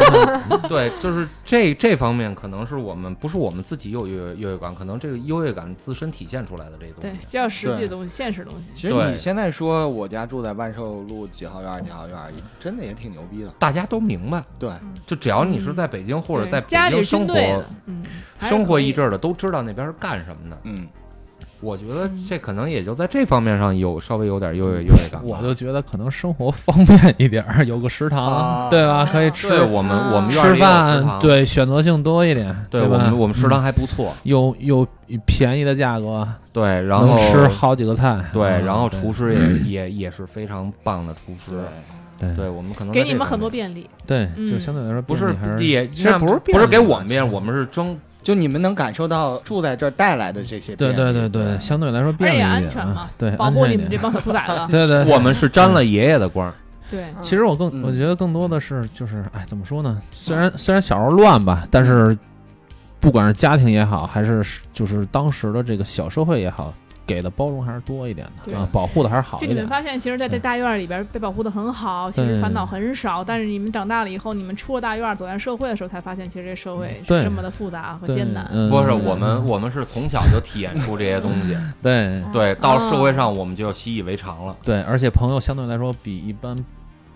Speaker 1: 对，就是这这方面可能是我们不是我们自己有优越优越感，可能这个优越感自身体现出来的这些东
Speaker 5: 对
Speaker 1: 西。，
Speaker 5: 比较实际
Speaker 4: 对
Speaker 5: 的东西，现实的东西。
Speaker 4: 其实
Speaker 1: 对
Speaker 4: 你现在说我家住在万寿路几号院儿几号院儿，真的也挺牛逼的。
Speaker 1: 大家都明白，
Speaker 4: 对，
Speaker 1: 就只要你是在北京或者
Speaker 5: 嗯对
Speaker 1: 在北
Speaker 5: 家里
Speaker 1: 京
Speaker 5: 是军
Speaker 1: 生活
Speaker 5: 队的，嗯，还是
Speaker 1: 生活
Speaker 5: 可以
Speaker 1: 一阵儿的，都知道那边是干什么的。
Speaker 4: 嗯，
Speaker 1: 我觉得
Speaker 5: 嗯
Speaker 1: 这可能也就在这方面上有稍微有点优越优越感吧。
Speaker 3: 我就觉得可能生活方便一点 儿，有个食堂，
Speaker 4: 啊
Speaker 3: 对吧？可以吃
Speaker 1: 对我
Speaker 5: 啊
Speaker 1: 们我们院儿里
Speaker 3: 吃
Speaker 1: 有食
Speaker 3: 饭，
Speaker 1: 堂，
Speaker 3: 对选择性多一点，
Speaker 1: 对
Speaker 3: 吧嗯
Speaker 1: 我们我们食堂还不错，
Speaker 3: 有有便宜的价格，
Speaker 1: 对，然
Speaker 3: 能
Speaker 1: 后
Speaker 3: 吃好几个菜，
Speaker 1: 对，
Speaker 3: 啊
Speaker 1: 然后
Speaker 3: 对
Speaker 1: 厨 师也也也是非常棒的厨师。
Speaker 3: 对
Speaker 1: 对我们可能
Speaker 5: 给
Speaker 1: 在
Speaker 5: 你
Speaker 1: 这
Speaker 5: 们很
Speaker 1: 方
Speaker 5: 多
Speaker 1: 面
Speaker 5: 便利。
Speaker 3: 对，
Speaker 5: 嗯
Speaker 3: 就相对来说
Speaker 1: 不是
Speaker 3: 便利还
Speaker 1: 也
Speaker 3: 其实不是
Speaker 1: 不是给
Speaker 3: 便利
Speaker 1: 我
Speaker 3: 吧
Speaker 1: 们变，我们是 争
Speaker 4: 就你们能感受到住在这儿带来的这些
Speaker 3: 对
Speaker 4: 便利，
Speaker 3: 对对对，相对来说
Speaker 5: 而
Speaker 3: 便利
Speaker 5: 且
Speaker 3: 一点，
Speaker 5: 安全嘛
Speaker 3: 啊，
Speaker 1: 哎
Speaker 3: 对，
Speaker 5: 保
Speaker 3: 安
Speaker 5: 护
Speaker 3: 全
Speaker 5: 你
Speaker 3: 一
Speaker 5: 们这
Speaker 3: 点。
Speaker 5: 帮小兔崽子。
Speaker 3: 对对，对
Speaker 1: 我们是沾了爷爷的光。
Speaker 5: 对，
Speaker 2: 嗯
Speaker 3: 其实我更，
Speaker 4: 嗯
Speaker 3: 我
Speaker 5: 嗯
Speaker 3: 觉得更多的是就是，哎，怎么说呢？虽然虽然小时候乱吧，但是不管是家庭也好，还是就是当时的这个小社会也好，给的包容还是多一点
Speaker 5: 对
Speaker 3: 的啊，保护的还是好
Speaker 5: 就
Speaker 3: 一
Speaker 5: 你
Speaker 3: 点
Speaker 5: 们。发现，其实在这
Speaker 3: 嗯
Speaker 5: 大院儿里边儿被保护的很好，其实
Speaker 3: 对
Speaker 5: 烦恼很少。但是你们长大了以后，你们出了大院儿，走向社会的时候，才发现其实这社会是
Speaker 3: 对
Speaker 5: 这么的复杂和
Speaker 3: 对
Speaker 5: 艰难。
Speaker 3: 嗯
Speaker 1: 不是我们，我们是从小就体验出这些东西，
Speaker 3: 对
Speaker 1: 对，到社会
Speaker 5: 哦
Speaker 1: 上我们就习以为常了，
Speaker 3: 对，而且朋友相对来说比一般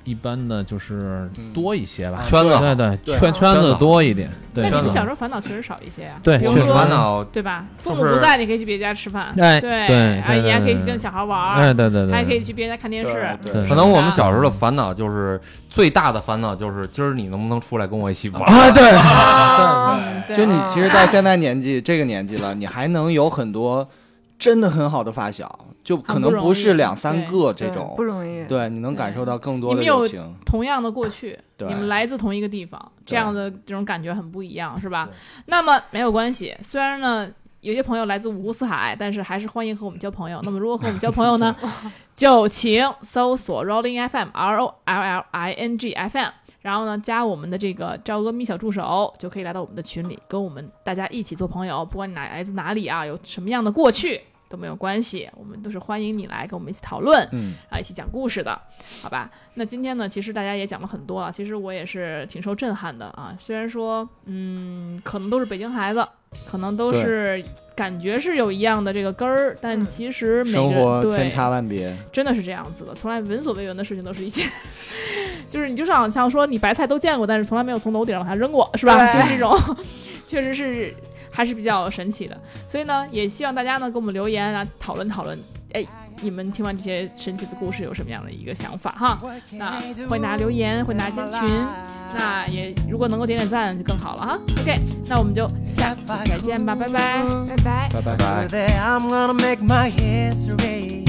Speaker 3: 一般的就是
Speaker 4: 嗯
Speaker 3: 多一些吧，
Speaker 1: 圈子好
Speaker 3: 啊对对，
Speaker 4: 对
Speaker 3: 圈圈
Speaker 1: 圈子
Speaker 3: 子
Speaker 1: 好
Speaker 3: 多一点，对，
Speaker 5: 那你
Speaker 1: 圈
Speaker 5: 们
Speaker 1: 子
Speaker 5: 小时候烦恼确实少一些呀、
Speaker 3: 对
Speaker 5: 比如
Speaker 3: 确实
Speaker 5: 说
Speaker 1: 烦恼
Speaker 5: 对吧？父
Speaker 1: 就
Speaker 5: 母不
Speaker 1: 是
Speaker 5: 在，你可以去别人家吃饭，
Speaker 3: 哎
Speaker 5: 对，
Speaker 3: 对
Speaker 5: 啊，你还可以去
Speaker 3: 对
Speaker 5: 跟小孩玩
Speaker 3: 哎
Speaker 5: 儿，
Speaker 3: 对对对，
Speaker 5: 还可以去别人家看电视。
Speaker 4: 对
Speaker 3: 对
Speaker 1: 可能我们小时候的烦恼就是最大的烦恼就是今儿你能不能出来跟我一起玩儿？
Speaker 3: 啊，对，
Speaker 2: 啊
Speaker 5: 嗯对
Speaker 4: 就你其实到现在年纪这个年纪了，你还能有很多真的很好的发小，就可能不是两三个这种
Speaker 2: 不，容易，
Speaker 4: 对，你能感受到更多的
Speaker 5: 你们有
Speaker 4: 友情。
Speaker 5: 同样的过去，
Speaker 4: 对
Speaker 5: 你们来自同一个地方，这
Speaker 4: 对
Speaker 5: 样的这种感觉很不一样，是吧
Speaker 1: 对？
Speaker 5: 那么没有关系，虽然呢。有些朋友来自五湖四海，但是还是欢迎和我们交朋友。那么，如何和我们交朋 友呢？就请搜索 Rolling FM R O L L I N G F M，然后呢加我们的这个赵阿咪小助手，就可以来到我们的群里，跟我们大家一起做朋友。不管你哪来自哪里啊，有什么样的过去都没有关系，我们都是欢迎你来跟我们一起讨论。
Speaker 4: 嗯，
Speaker 5: 啊，一起讲故事的，好吧？那今天呢，其实大家也讲了很多了，其实我也是挺受震撼的啊。虽然说，嗯，可能都是北京孩子，可能都
Speaker 4: 对
Speaker 5: 是感觉是有一样的这个根儿，但
Speaker 2: 嗯
Speaker 5: 其实每
Speaker 4: 生
Speaker 5: 个人
Speaker 4: 活千
Speaker 5: 对
Speaker 4: 差万别，
Speaker 5: 真的是这样子的，从来闻所未闻的事情都是一件， 就是你就是好像说你白菜都见过，但是从来没有从楼顶上往下扔过，是吧？
Speaker 2: 对
Speaker 5: 就是这种， 确实是还是比较神奇的。所以呢，也希望大家呢给我们留言啊，讨论讨论，哎，你们听完这些神奇的故事有什么样的一个想法哈？那欢迎大家留言，欢迎大家加群，那也如果能够点点赞就更好了哈。OK，那我们就下次再见吧，拜拜。
Speaker 2: 拜拜。
Speaker 4: 拜拜。
Speaker 1: 拜。
Speaker 6: Over there, I'm gonna make my history.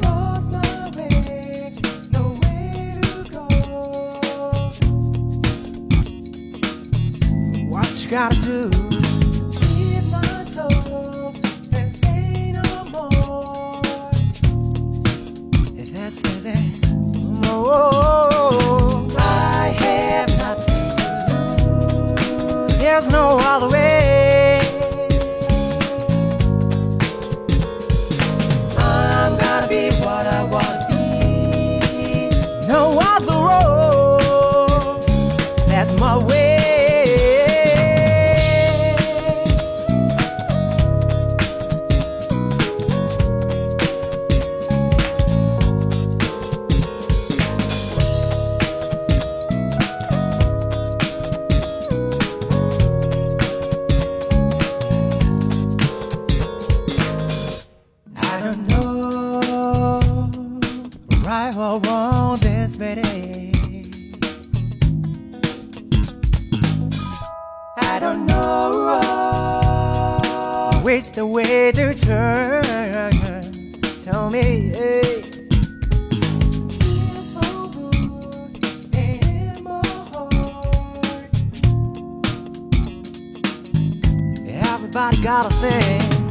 Speaker 6: Lost my way, no way to go. What you gotta do? Give myself and say no more. If this is it, no. I have nothing. There's no other way. I'm gonna be what I wanna be. No other road. That's my way. I don't know right or wrong this bit is. I don't know which the way to turn. Tell me. eh. There's a wound in my heart. Everybody got a thing.